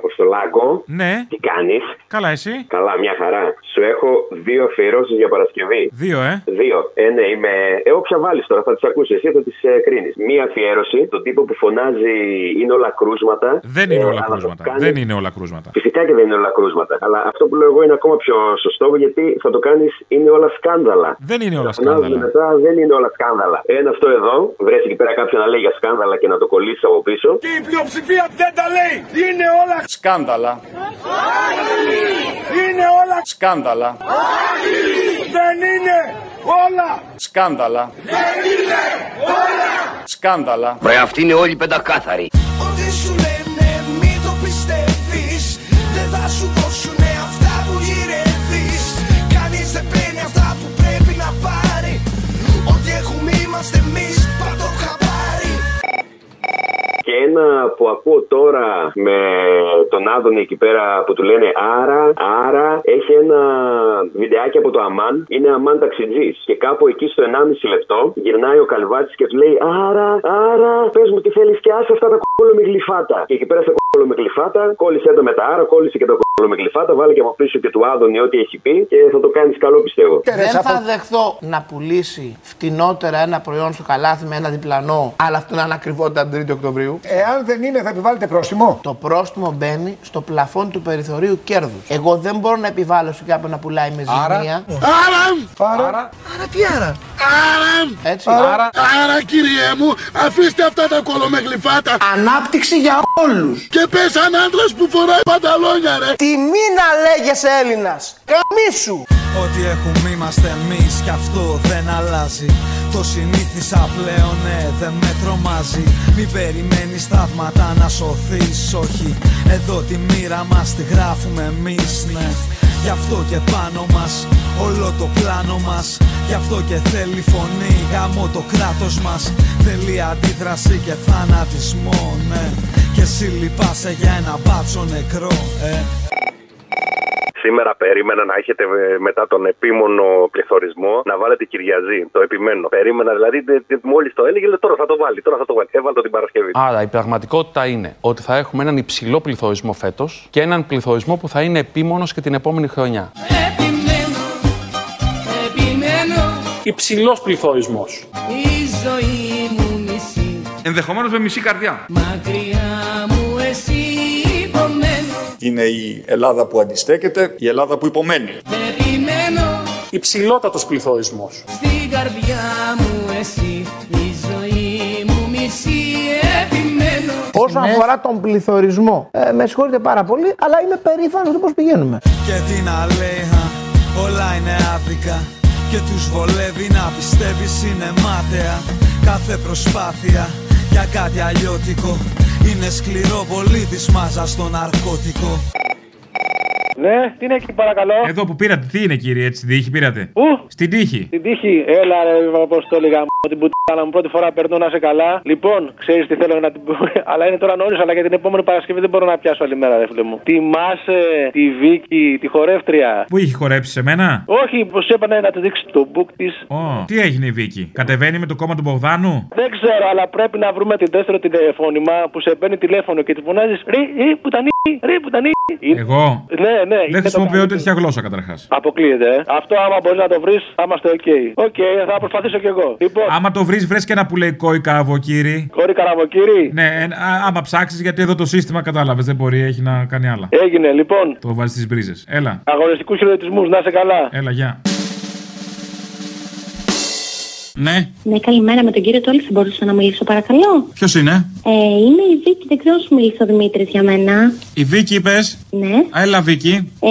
[SPEAKER 20] Αποστολάκο,
[SPEAKER 3] Ναι.
[SPEAKER 20] τι κάνεις.
[SPEAKER 3] Καλά, εσύ.
[SPEAKER 20] Καλά, μια χαρά. Σου έχω δύο αφιερώσεις για Παρασκευή.
[SPEAKER 3] Δύο, ε.
[SPEAKER 20] Δύο. Ε, ναι, είμαι. Ε, όποια βάλεις τώρα, θα τις ακούσεις. Εσύ θα τις ε, κρίνεις. Μία αφιέρωση, τον τύπο που φωνάζει είναι όλα κρούσματα.
[SPEAKER 3] Δεν είναι
[SPEAKER 20] Ε,
[SPEAKER 3] όλα
[SPEAKER 20] αλλά το
[SPEAKER 3] κρούσματα.
[SPEAKER 20] κάνει-
[SPEAKER 3] Δεν είναι όλα κρούσματα.
[SPEAKER 20] Φυσικά και δεν είναι όλα κρούσματα. Αλλά αυτό που λέω εγώ είναι ακόμα πιο σωστό, γιατί θα το κάνεις είναι όλα σκάνδαλα.
[SPEAKER 3] Δεν είναι όλα
[SPEAKER 20] Τα φωνάζουν
[SPEAKER 3] σκάνδαλα.
[SPEAKER 20] Μετά δεν είναι όλα σκάνδαλα. Ένα αυτό εδώ, βρέσει εκεί πέρα κάποιον να λέει για σκάνδαλα και να το κολλήσει από πίσω.
[SPEAKER 22] Η πλειοψηφία δεν τα λέει. Είναι όλα σκάνδαλα. Είναι όλα σκάνδαλα. Δεν είναι όλα σκάνδαλα. Δεν είναι όλα σκάνδαλα.
[SPEAKER 28] Βρε, αυτοί είναι όλοι πεντακάθαροι.
[SPEAKER 5] Ό,τι σου λένε μην το πιστεύεις Δεν θα σου δώσουνε αυτά που γυρεύεις Κανείς δεν παίρνει αυτά που πρέπει να πάρει Ό,τι έχουμε είμαστε εμείς πάντο χαμπάρι
[SPEAKER 20] Και ένα που ακούω τώρα με τον Άδωνη εκεί πέρα που του λένε Άρα, Άρα, έχει ένα βιντεάκι από το Αμάν. Είναι Αμάν ταξιτζής. Και κάπου εκεί στο 1,5 λεπτό γυρνάει ο Καλβάτη και του λέει Άρα, Άρα, πες μου τι θέλεις και άσε αυτά τα κόλλο με γλυφάτα. Και εκεί πέρα στα κόλλο με γλυφάτα, κόλλησε το με τα Άρα, κόλλησε και το κόλλο με γλυφάτα, βάλε και από πίσω και του Άδωνη ό,τι έχει πει και θα το κάνεις καλό πιστεύω.
[SPEAKER 19] Δεν θα δεχθώ να πουλήσει φτηνότερα ένα προϊόν στο καλάθι με ένα διπλανό, αλλά αυτό να είναι ακριβό την 3η Οκτωβρίου. Εάν δεν είναι, θα επιβάλλετε πρόστιμο. Το πρόστιμο μπαίνει στο πλαφόν του περιθωρίου κέρδους. Εγώ δεν μπορώ να επιβάλλω σε κάποιον να πουλάει με
[SPEAKER 5] Άρα.
[SPEAKER 19] ζημία.
[SPEAKER 5] Άρα Άρα τι άρα Άρα
[SPEAKER 19] Έτσι. Άρα.
[SPEAKER 5] Άρα κύριε μου αφήστε αυτά τα κολομεγλυφάτα
[SPEAKER 19] Ανάπτυξη για όλους
[SPEAKER 5] Και πες αν άντρας που φοράει πανταλόνια ρε
[SPEAKER 19] Τιμή να λέγεσαι Έλληνας. Καμίσου.
[SPEAKER 23] Ό,τι έχουμε είμαστε εμείς κι αυτό δεν αλλάζει. Το συνήθισα πλέον, ναι, δεν με τρομάζει. Μην περιμένει θαύματα να σωθείς, όχι. Εδώ τη μοίρα μας τη γράφουμε εμείς, ναι. Γι' αυτό και πάνω μας, όλο το πλάνο μας. Γι' αυτό και θέλει φωνή, γάμο το κράτος μας. Θέλει αντίδραση και θανατισμό, ναι. Και εσύ λυπάσαι για ένα μπάτσο νεκρό, ε.
[SPEAKER 6] Σήμερα περίμενα να έχετε ε, μετά τον επίμονο πληθωρισμό να βάλετε Κυριαζή. Το επιμένω. Περίμενα δηλαδή, μόλις το έλεγε, λέω, τώρα θα το βάλει. Τώρα θα το βάλει. Έβαλε το την Παρασκευή.
[SPEAKER 21] Άρα η πραγματικότητα είναι ότι θα έχουμε έναν υψηλό πληθωρισμό φέτος και έναν πληθωρισμό που θα είναι επίμονος και την επόμενη χρονιά.
[SPEAKER 28] Επιμένω, επιμένω,
[SPEAKER 21] Υψηλός πληθωρισμός.
[SPEAKER 28] η ζωή μου μισή.
[SPEAKER 3] Ενδεχομένως με μισή καρδιά.
[SPEAKER 28] Μακριά μου εσύ υπομένω, Είναι η Ελλάδα που αντιστέκεται, η Ελλάδα που υπομένει. επιμένω, Υψηλότατος πληθωρισμός. στην καρδιά μου εσύ. Η ζωή μου μισή επιμένω,
[SPEAKER 19] όσον αφορά τον πληθωρισμό. Ε, με συγχωρείτε πάρα πολύ, αλλά είμαι περήφανος για το πώς πηγαίνουμε.
[SPEAKER 33] Και τι να λέει, α, όλα είναι άδικα Και τους βολεύει να πιστεύεις είναι μάταια Κάθε προσπάθεια για κάτι αλλιώτικο Είναι σκληρό πολύ της μάζας στο ναρκώτικο
[SPEAKER 21] Ναι, τι είναι εκεί παρακαλώ.
[SPEAKER 3] Εδώ που πήρατε, τι είναι κύριε, έτσι, στην τύχη πήρατε.
[SPEAKER 21] Πού?
[SPEAKER 3] Στην τύχη.
[SPEAKER 21] Στην τύχη, έλα ρε, πώ το έλεγα. μ***, Την πουτάνα μου πρώτη φορά περνώ να σε καλά. Λοιπόν, ξέρεις τι θέλω να την πω. Αλλά είναι τώρα νωρίς, αλλά για την επόμενη Παρασκευή δεν μπορώ να πιάσω όλη μέρα, ρε φίλε μου. Τιμάσαι τη Βίκη, τη χορεύτρια.
[SPEAKER 3] Πού είχε χορέψει σε μένα.
[SPEAKER 21] Όχι, που σου έπαιρνε να τη δείξει το book της.
[SPEAKER 3] Ω, τι έγινε η Βίκη. Κατεβαίνει με το κόμμα του Μπογδάνου.
[SPEAKER 21] Δεν ξέρω, αλλά πρέπει να βρούμε τη δεύτερο τηλεφώνημα που σε παίρνει τηλέφωνο και τη φωνάζεις Ρε, ή, που τα νί, ρε, που τα νί.
[SPEAKER 3] Εγώ.
[SPEAKER 21] Ναι, ναι. είναι
[SPEAKER 3] Δεν
[SPEAKER 21] το
[SPEAKER 3] χρησιμοποιώ
[SPEAKER 21] καλύτερο.
[SPEAKER 3] τέτοια γλώσσα καταρχάς.
[SPEAKER 21] Αποκλείεται. ε. Αυτό άμα μπορεί να το βρεις, θα είμαστε οκ. Οκ, θα προσπαθήσω κι εγώ. Λοιπόν,
[SPEAKER 3] Άμα το βρεις, βρες και ένα που λέει κόικα αβοκύρι.
[SPEAKER 21] Κόρη καραβοκύρι.
[SPEAKER 3] Ναι, εν- α- άμα ψάξεις, γιατί εδώ το σύστημα κατάλαβες. Δεν μπορεί, έχει να κάνει άλλα.
[SPEAKER 21] Έγινε, λοιπόν.
[SPEAKER 3] Το βάζεις στις μπρίζες. Έλα.
[SPEAKER 21] Αγωνιστικούς χειροτισμού, να είσαι καλά.
[SPEAKER 3] Έλα, γεια. Ναι.
[SPEAKER 34] Ναι, καλημέρα με τον κύριο Τόλη. Θα μπορούσα να μιλήσω, παρακαλώ.
[SPEAKER 3] Ποιος είναι?
[SPEAKER 34] Ε, είμαι η Βίκη, δεν ξέρω αν σου μίλησε ο Δημήτρης για μένα.
[SPEAKER 3] Η Βίκη, είπες.
[SPEAKER 34] Ναι.
[SPEAKER 3] Έλα, Βίκη.
[SPEAKER 34] Ε,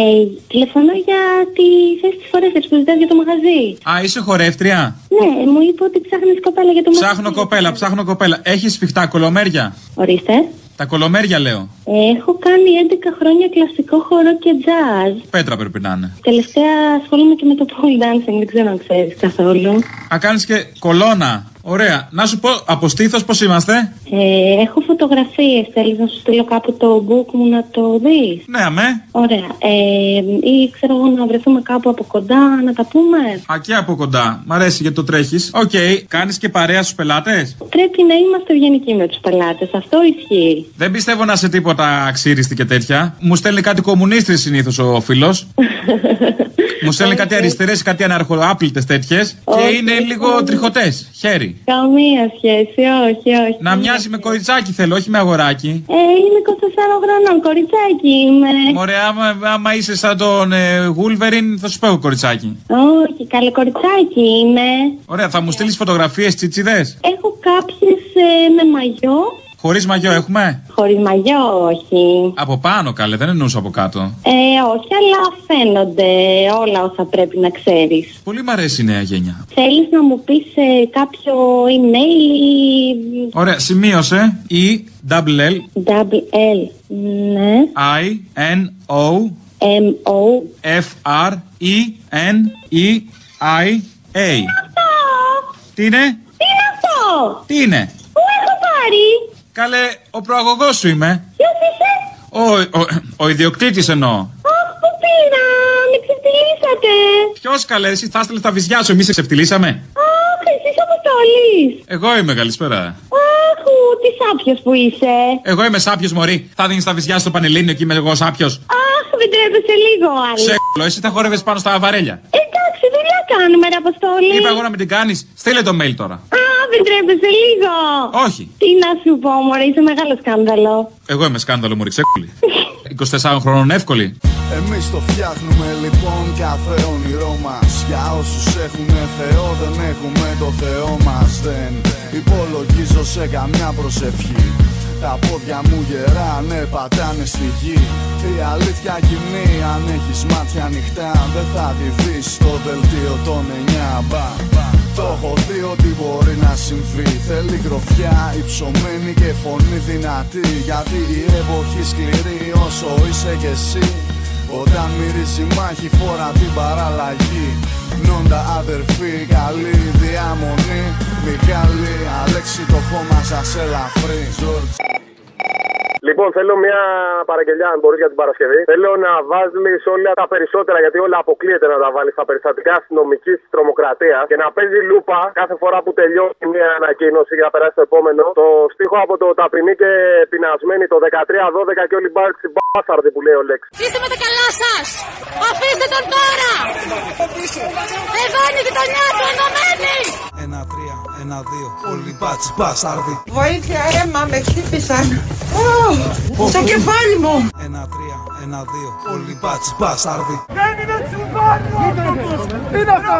[SPEAKER 34] τηλεφωνώ για τη θέση της φορέσεω που ζητάς για το μαγαζί.
[SPEAKER 3] Α, είσαι χορεύτρια.
[SPEAKER 34] Ναι, μου είπε ότι ψάχνεις κοπέλα για το μαγαζί.
[SPEAKER 3] Ψάχνω κοπέλα, ψάχνω κοπέλα. Έχεις σφιχτά κολομέρια.
[SPEAKER 34] Ορίστε.
[SPEAKER 3] Τα κολομέρια λέω.
[SPEAKER 34] Ε, έχω κάνει 11 χρόνια κλασικό χορό και jazz.
[SPEAKER 3] Πέτρα πρέπει να είναι.
[SPEAKER 34] Τελευταία ασχολούμαι και με το pole dancing, δεν ξέρω αν ξέρεις καθόλου.
[SPEAKER 3] Α, κάνεις και κολόνα. Ωραία. Να σου πω, από στήθος πώς είμαστε.
[SPEAKER 34] Ε, έχω φωτογραφίες. Θέλεις να σου στείλω κάπου το book μου να το δεις.
[SPEAKER 3] Ναι, αμέ.
[SPEAKER 34] Ωραία. Ε, ή ξέρω εγώ να βρεθούμε κάπου από κοντά να τα πούμε.
[SPEAKER 3] Α, και από κοντά. Μ' αρέσει γιατί το τρέχεις. Οκ. Κάνεις και παρέα στους πελάτες.
[SPEAKER 34] Πρέπει να είμαστε ευγενικοί με τους πελάτες. Αυτό ισχύει.
[SPEAKER 3] Δεν πιστεύω να είσαι τίποτα αξίριστη και τέτοια. Μου στέλνει κάτι κομμουνίστρη συνήθως ο φίλος. Μου στέλνει κάτι αριστερές, κάτι αναρχοάπλητε τέτοιες. Και είναι λίγο τριχωτές. Χέρι.
[SPEAKER 34] Καμία σχέση, όχι, όχι.
[SPEAKER 3] Να μοιάζει με κοριτσάκι θέλω, όχι με αγοράκι.
[SPEAKER 34] Ε, είμαι 24 χρονών, κοριτσάκι είμαι.
[SPEAKER 3] Μωρέ, άμα, άμα είσαι σαν τον ε, Γούλβεριν, θα σου πω εγώ κοριτσάκι.
[SPEAKER 34] Όχι, καλό κοριτσάκι είμαι.
[SPEAKER 3] Ωραία, θα μου στείλεις φωτογραφίες τσιτσιδές.
[SPEAKER 34] Έχω κάποιες ε, με μαγιό.
[SPEAKER 3] Χωρίς μαγιό έχουμε.
[SPEAKER 34] Χωρίς μαγιό, όχι.
[SPEAKER 3] Από πάνω καλέ, δεν εννοούσα από κάτω.
[SPEAKER 34] Ε, όχι, αλλά φαίνονται όλα όσα πρέπει να ξέρεις.
[SPEAKER 3] Πολύ μ' αρέσει η νέα γενιά.
[SPEAKER 34] Θέλεις να μου πεις ε, κάποιο email ή...
[SPEAKER 3] Ωραία, σημείωσε. E, double L,
[SPEAKER 34] Double L, ναι,
[SPEAKER 3] I, N, O,
[SPEAKER 34] M, O.
[SPEAKER 3] F, R, E, N, E, I, A. Τι είναι?
[SPEAKER 34] Τι είναι αυτό?
[SPEAKER 3] Τι είναι?
[SPEAKER 34] Πού έχω πάρει?
[SPEAKER 3] Καλέ, ο προαγωγός σου είμαι.
[SPEAKER 34] Ποιος είσαι?
[SPEAKER 3] Ο, ο, ο ιδιοκτήτης εννοώ.
[SPEAKER 34] Αχ, που πήρα! Με ξεφτυλίσατε!
[SPEAKER 3] Ποιος καλέ, εσύ θα έστειλε τα βυζιά σου, εμείς σε ξεφτυλίσαμε.
[SPEAKER 34] Αχ, εσύ αποστολή!
[SPEAKER 3] Εγώ είμαι, καλησπέρα.
[SPEAKER 34] Αχ, ου, τι σάπιος που είσαι!
[SPEAKER 3] Εγώ είμαι σάπιος μωρή. Θα δίνεις τα βυζιά στο πανελίνιο και είμαι εγώ σάπιος.
[SPEAKER 34] Αχ, δεν τρέπεσαι λίγο, άλλη.
[SPEAKER 3] Σε κουλό, εσύ τα χόρευε πάνω στα βαρέλια.
[SPEAKER 34] Εντάξει, δουλειά κάνουμε, ρε Αποστόλη.
[SPEAKER 3] Είπα εγώ να μην την κάνεις. Στείλε το mail τώρα.
[SPEAKER 34] Α, δεν τρέπεσαι λίγο.
[SPEAKER 3] Όχι.
[SPEAKER 34] Τι να σου πω, μωρέ, είσαι μεγάλο σκάνδαλο.
[SPEAKER 3] Εγώ είμαι σκάνδαλο, μωρή, ξεκουλή. 24 χρόνων εύκολη.
[SPEAKER 33] Εμείς το φτιάχνουμε λοιπόν κάθε όνειρό μας Για όσους έχουν Θεό δεν έχουμε το Θεό μας Δεν υπολογίζω σε καμιά προσευχή Τα πόδια μου γερά ναι πατάνε στη γη Η αλήθεια κοινή αν έχεις μάτια ανοιχτά Δεν θα τη δεις στο δελτίο των 9 μπα Το έχω δει ότι μπορεί να συμβεί Θέλει γροφιά υψωμένη και φωνή δυνατή Γιατί η εποχή σκληρή όσο είσαι κι εσύ όταν μυρίζει μάχη φορά την παραλλαγή Νόντα αδερφή, καλή διαμονή Μικάλη, Αλέξη το χώμα σας ελαφρύ George.
[SPEAKER 29] Λοιπόν, θέλω μια παραγγελιά, αν μπορείς για την Παρασκευή. Θέλω να βάζεις όλα τα περισσότερα, γιατί όλα αποκλείεται να τα βάλεις στα περιστατικά αστυνομικής τρομοκρατίας και να παίζει λούπα κάθε φορά που τελειώνει μια ανακοίνωση για να περάσει το επόμενο. Το στίχο από το ταπεινή και πεινασμένη, το 13-12 και όλοι μπάρτ στην μπάσταρδη που λέει ο Λέξ.
[SPEAKER 27] Αφήστε με τα καλά σας! Αφήστε τον τώρα! Εδώ είναι η γειτονιά του ενωμένη!
[SPEAKER 33] Ένα τρία, ένα δύο, όλοι μπάτσι μπάσταρδοι
[SPEAKER 5] Βοήθεια, ρε, μα με χτύπησαν. Ω, Στο κεφάλι μου.
[SPEAKER 33] Ένα τρία, ένα δύο, όλοι μπάτσι μπάσταρδοι
[SPEAKER 5] Δεν είναι τσιμπάνι ο άνθρωπος.
[SPEAKER 33] Τι είναι αυτά?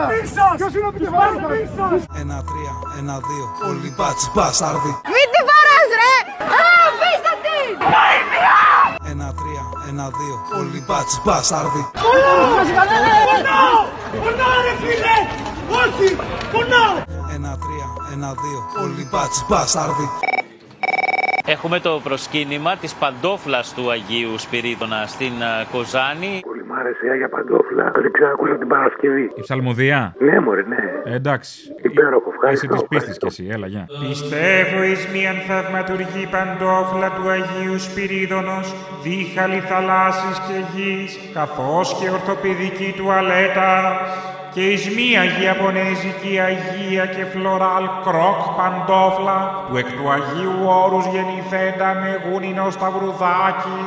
[SPEAKER 5] Ποιος είναι ο επικεφαλής μας.
[SPEAKER 33] Ένα τρία, ένα δύο, όλοι μπάτσι μπάσταρδοι
[SPEAKER 27] Μην τη βαρά, ρε! Α, αφήστε
[SPEAKER 35] ένα-δύο. Όλοι μπάτσι μπάσταρδοι. Ένα-τρία, ένα-δύο. Όλοι μπάτσι μπάσταρδοι.
[SPEAKER 10] Έχουμε το προσκύνημα της παντόφλας του Αγίου Σπυρίδωνα στην ε, Κοζάνη.
[SPEAKER 36] Πολύ μ' άρεσε η Άγια Παντόφλα. Δεν ξανακούσα την Παρασκευή.
[SPEAKER 37] Η ψαλμοδία.
[SPEAKER 36] Ναι, μωρέ, ναι.
[SPEAKER 37] Ε, εντάξει.
[SPEAKER 36] Υπέροχο,
[SPEAKER 37] Είσαι
[SPEAKER 36] ευχαριστώ.
[SPEAKER 37] της πίστης κι εσύ, έλα, γεια.
[SPEAKER 3] Πιστεύω εις μίαν θαυματουργή παντόφλα του Αγίου Σπυρίδωνος, δίχαλη θαλάσσης και γης, καθώς και ορθοπηδική τουαλέτα, και εις μία Ιαπωνέζικη Αγία και φλωράλ κρόκ παντόφλα, που εκ του Αγίου Όρους γεννηθέντα με γούνινο σταυρουδάκι,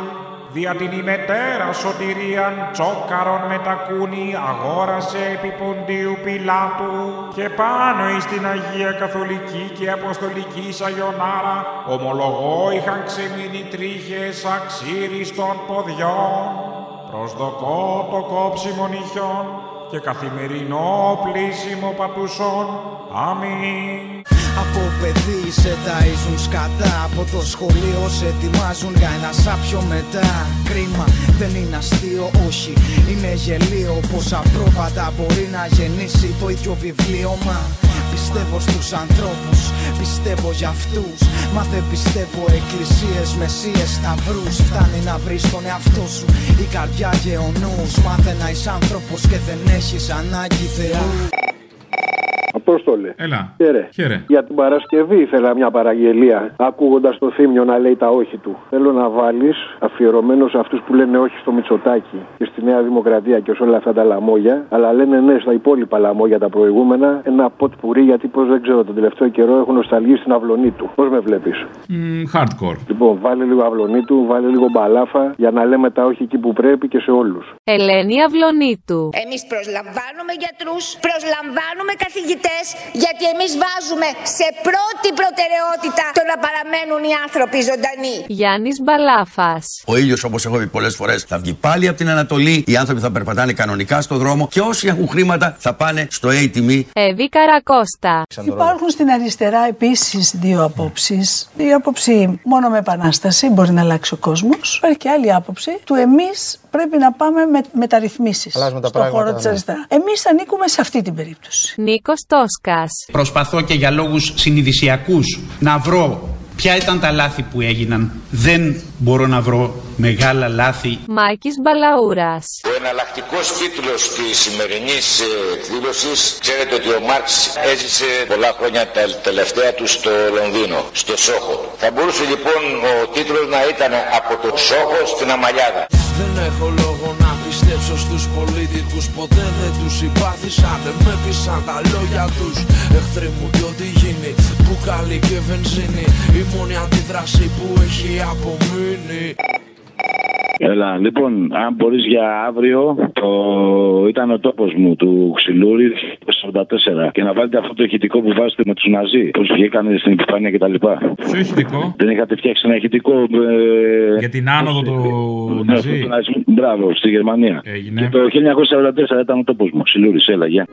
[SPEAKER 3] Δια την ημετέρα σωτηρίαν τσόκαρον με τα κούνη αγόρασε επί ποντίου Πιλάτου και πάνω εις την Αγία Καθολική και Αποστολική Σαγιονάρα ομολογώ είχαν ξεμείνει τρίχες αξίριστων ποδιών προσδοκώ το κόψιμο νυχιών και καθημερινό πλήσιμο πατουσών. Αμήν.
[SPEAKER 38] Από παιδί σε ταΐζουν σκατά Από το σχολείο σε ετοιμάζουν για ένα σάπιο μετά Κρίμα δεν είναι αστείο όχι είναι γελίο Πως απρόβατα μπορεί να γεννήσει το ίδιο βιβλίο Μα πιστεύω στους ανθρώπους Πιστεύω για αυτούς Μα δεν πιστεύω εκκλησίες, μεσίες, σταυρούς Φτάνει να βρεις τον εαυτό σου Η καρδιά γεωνούς Μάθε να είσαι άνθρωπος και δεν έχεις ανάγκη Θεού
[SPEAKER 17] Απόστολε.
[SPEAKER 37] Έλα.
[SPEAKER 17] Χαίρε.
[SPEAKER 37] Χαίρε.
[SPEAKER 17] Για την Παρασκευή ήθελα μια παραγγελία. Ακούγοντας το θύμιο να λέει τα όχι του. Θέλω να βάλεις αφιερωμένος σε αυτούς που λένε όχι στο Μητσοτάκι και στη Νέα Δημοκρατία και σε όλα αυτά τα λαμόγια. Αλλά λένε ναι στα υπόλοιπα λαμόγια τα προηγούμενα. Ένα ποτ πουρί γιατί πώς δεν ξέρω τον τελευταίο καιρό έχουν νοσταλγεί στην αυλωνή του. Πώς με βλέπεις.
[SPEAKER 37] Μμ, hardcore.
[SPEAKER 17] Λοιπόν, βάλε λίγο αυλωνή του, βάλε λίγο μπαλάφα για να λέμε τα όχι εκεί που πρέπει και σε όλους.
[SPEAKER 26] Ελένη Αυλονίτου.
[SPEAKER 34] Εμείς προσλαμβάνουμε γιατρούς, προσλαμβάνουμε καθηγητές, γιατί εμείς βάζουμε σε πρώτη προτεραιότητα το να παραμένουν οι άνθρωποι ζωντανοί.
[SPEAKER 26] Γιάννης Μπαλάφας.
[SPEAKER 39] Ο ήλιος, όπως έχω πει πολλές φορές, θα βγει πάλι από την Ανατολή. Οι άνθρωποι θα περπατάνε κανονικά στο δρόμο και όσοι έχουν χρήματα θα πάνε στο ATM.
[SPEAKER 26] Εύη Καρακώστα.
[SPEAKER 30] Υπάρχουν στην αριστερά επίσης δύο απόψεις. Η άποψη μόνο με επανάσταση μπορεί να αλλάξει ο κόσμος. Υπάρχει και άλλη άποψη του εμείς πρέπει να πάμε με μεταρρυθμίσεις
[SPEAKER 40] Αλλάζουμε τα
[SPEAKER 30] στον
[SPEAKER 40] πράγματα,
[SPEAKER 30] χώρο της
[SPEAKER 40] ναι.
[SPEAKER 30] αριστεράς. Εμείς ανήκουμε σε αυτή την περίπτωση.
[SPEAKER 26] Νίκος Τόσκας.
[SPEAKER 41] Προσπαθώ και για λόγους συνειδησιακούς να βρω ποια ήταν τα λάθη που έγιναν. Δεν μπορώ να βρω μεγάλα λάθη.
[SPEAKER 26] Μάκης Μπαλαούρας.
[SPEAKER 42] Ο εναλλακτικός τίτλος της σημερινής εκδήλωση, ε, ξέρετε ότι ο Μάρξ έζησε πολλά χρόνια τα τελευταία του στο Λονδίνο, στο Σόχο. Θα μπορούσε λοιπόν ο τίτλος να ήταν Από το Σόχο στην Αμαλιάδα.
[SPEAKER 5] Δεν έχω λόγο να πιστέψω στους πολίτικους Ποτέ δεν τους συμπάθησα, δεν με πείσαν τα λόγια τους Εχθροί μου κι ό,τι γίνει, μπουκάλι και βενζίνη Η μόνη αντίδραση που έχει απομείνει
[SPEAKER 7] Έλα, λοιπόν, αν μπορείς για αύριο, το... ήταν ο τόπος μου του Ξυλούρη το 44. Και να βάλετε αυτό το ηχητικό που βάζετε με τους Ναζί, πώς βγήκανε στην επιφάνεια κτλ.
[SPEAKER 37] Ποιο ηχητικό?
[SPEAKER 7] Δεν είχατε φτιάξει ένα ηχητικό. Ε...
[SPEAKER 37] Για την άνοδο του
[SPEAKER 7] ναι,
[SPEAKER 37] Ναζί.
[SPEAKER 7] του ναζισμού. Μπράβο, στη Γερμανία.
[SPEAKER 37] Έγινε.
[SPEAKER 7] Και το 1944 ήταν ο τόπος μου. Ξυλούρη, έλα, γεια.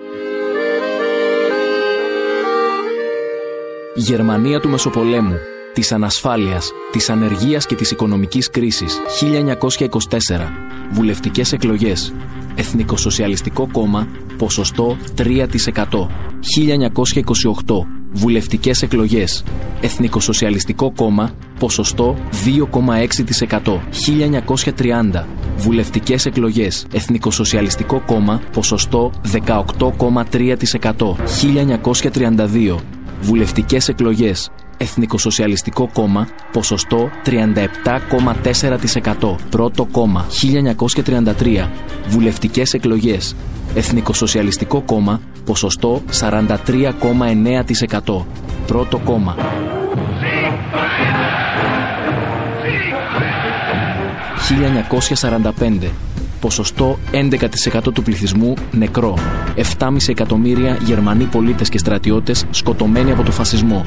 [SPEAKER 43] Η Γερμανία του Μεσοπολέμου, της ανασφάλειας, της ανεργίας και της οικονομικής κρίσης. 1924. Βουλευτικές εκλογές. Εθνικοσοσιαλιστικό κόμμα, ποσοστό 3%. 1928. Βουλευτικές εκλογές. Εθνικοσοσιαλιστικό κόμμα, ποσοστό 2,6%. 1930. Βουλευτικές εκλογές. Εθνικοσοσιαλιστικό κόμμα, ποσοστό 18,3%. 1932. Βουλευτικές εκλογές. Εθνικοσοσιαλιστικό κόμμα, ποσοστό 37,4%. Πρώτο κόμμα, 1933. Βουλευτικές εκλογές. Εθνικοσοσιαλιστικό κόμμα, ποσοστό 43,9%. Πρώτο κόμμα. 1945. Ποσοστό 11% του πληθυσμού νεκρό. 7,5 εκατομμύρια Γερμανοί πολίτες και στρατιώτες σκοτωμένοι από το φασισμό.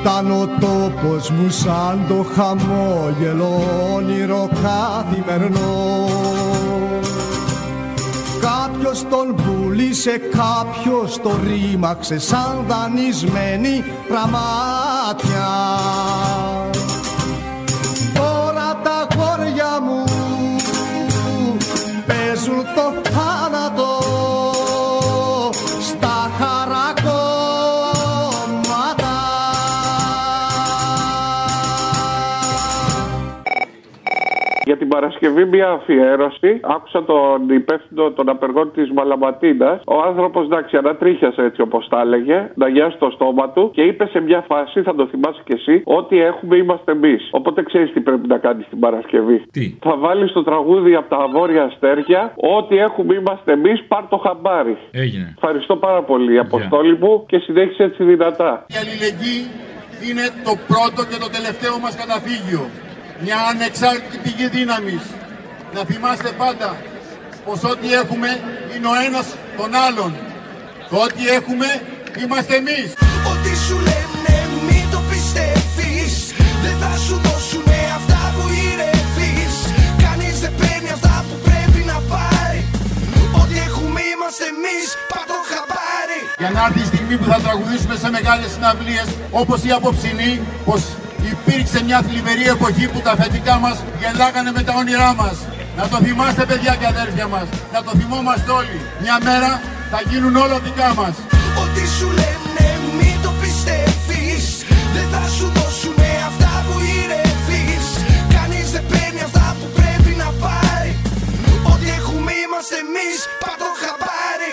[SPEAKER 35] Ήταν ο τόπος μου σαν το χαμόγελο όνειρο καθημερινό Κάποιος τον πουλήσε, κάποιος τον ρήμαξε σαν δανεισμένη πραμάτια Τώρα τα χώρια μου στο θάνατο στα χαρακόμματα.
[SPEAKER 25] Για την Παρασκευή μια αφιέρωση. Άκουσα τον υπεύθυνο των απεργών της Μαλαματίνας. Ο άνθρωπος, εντάξει, ανατρίχιασε έτσι όπως τα έλεγε, να γιάσει το στόμα του και είπε σε μια φάση, θα το θυμάσαι κι εσύ, Ό,τι έχουμε είμαστε εμείς. Οπότε ξέρεις τι πρέπει να κάνεις την Παρασκευή.
[SPEAKER 44] Τι.
[SPEAKER 25] Θα βάλεις το τραγούδι από τα βόρεια αστέρια. Ό,τι έχουμε είμαστε εμείς, πάρ το χαμπάρι.
[SPEAKER 44] Έγινε.
[SPEAKER 25] Ευχαριστώ πάρα πολύ, Αποστόλη μου, και συνέχισε έτσι δυνατά.
[SPEAKER 45] Η αλληλεγγύη είναι το πρώτο και το τελευταίο μας καταφύγιο. Μια ανεξάρτητη πηγή δύναμης. Να θυμάστε πάντα πως ό,τι έχουμε είναι ο ένας τον άλλον. Το ό,τι έχουμε είμαστε εμείς.
[SPEAKER 5] Ό,τι σου λένε μην το πιστεύεις Δεν θα σου δώσουνε αυτά που ηρεύεις Κανείς δεν παίρνει αυτά που πρέπει να πάρει Ό,τι έχουμε είμαστε εμείς Πάρ' το χαμπάρι
[SPEAKER 45] Για να έρθει η στιγμή που θα τραγουδήσουμε σε μεγάλες συναυλίες όπως η απόψινή, πως υπήρξε μια θλιβερή εποχή που τα αφεντικά μας γελάγανε με τα όνειρά μας. Να το θυμάστε παιδιά και αδέρφια μας, να το θυμόμαστε όλοι. Μια μέρα θα γίνουν όλα δικά μας.
[SPEAKER 5] Ό,τι σου λένε μην το πιστεύεις Δεν θα σου δώσουνε αυτά που ηρεύεις Κανείς δεν παίρνει αυτά που πρέπει να πάρει Ό,τι έχουμε είμαστε εμείς Πάρ' το χαμπάρι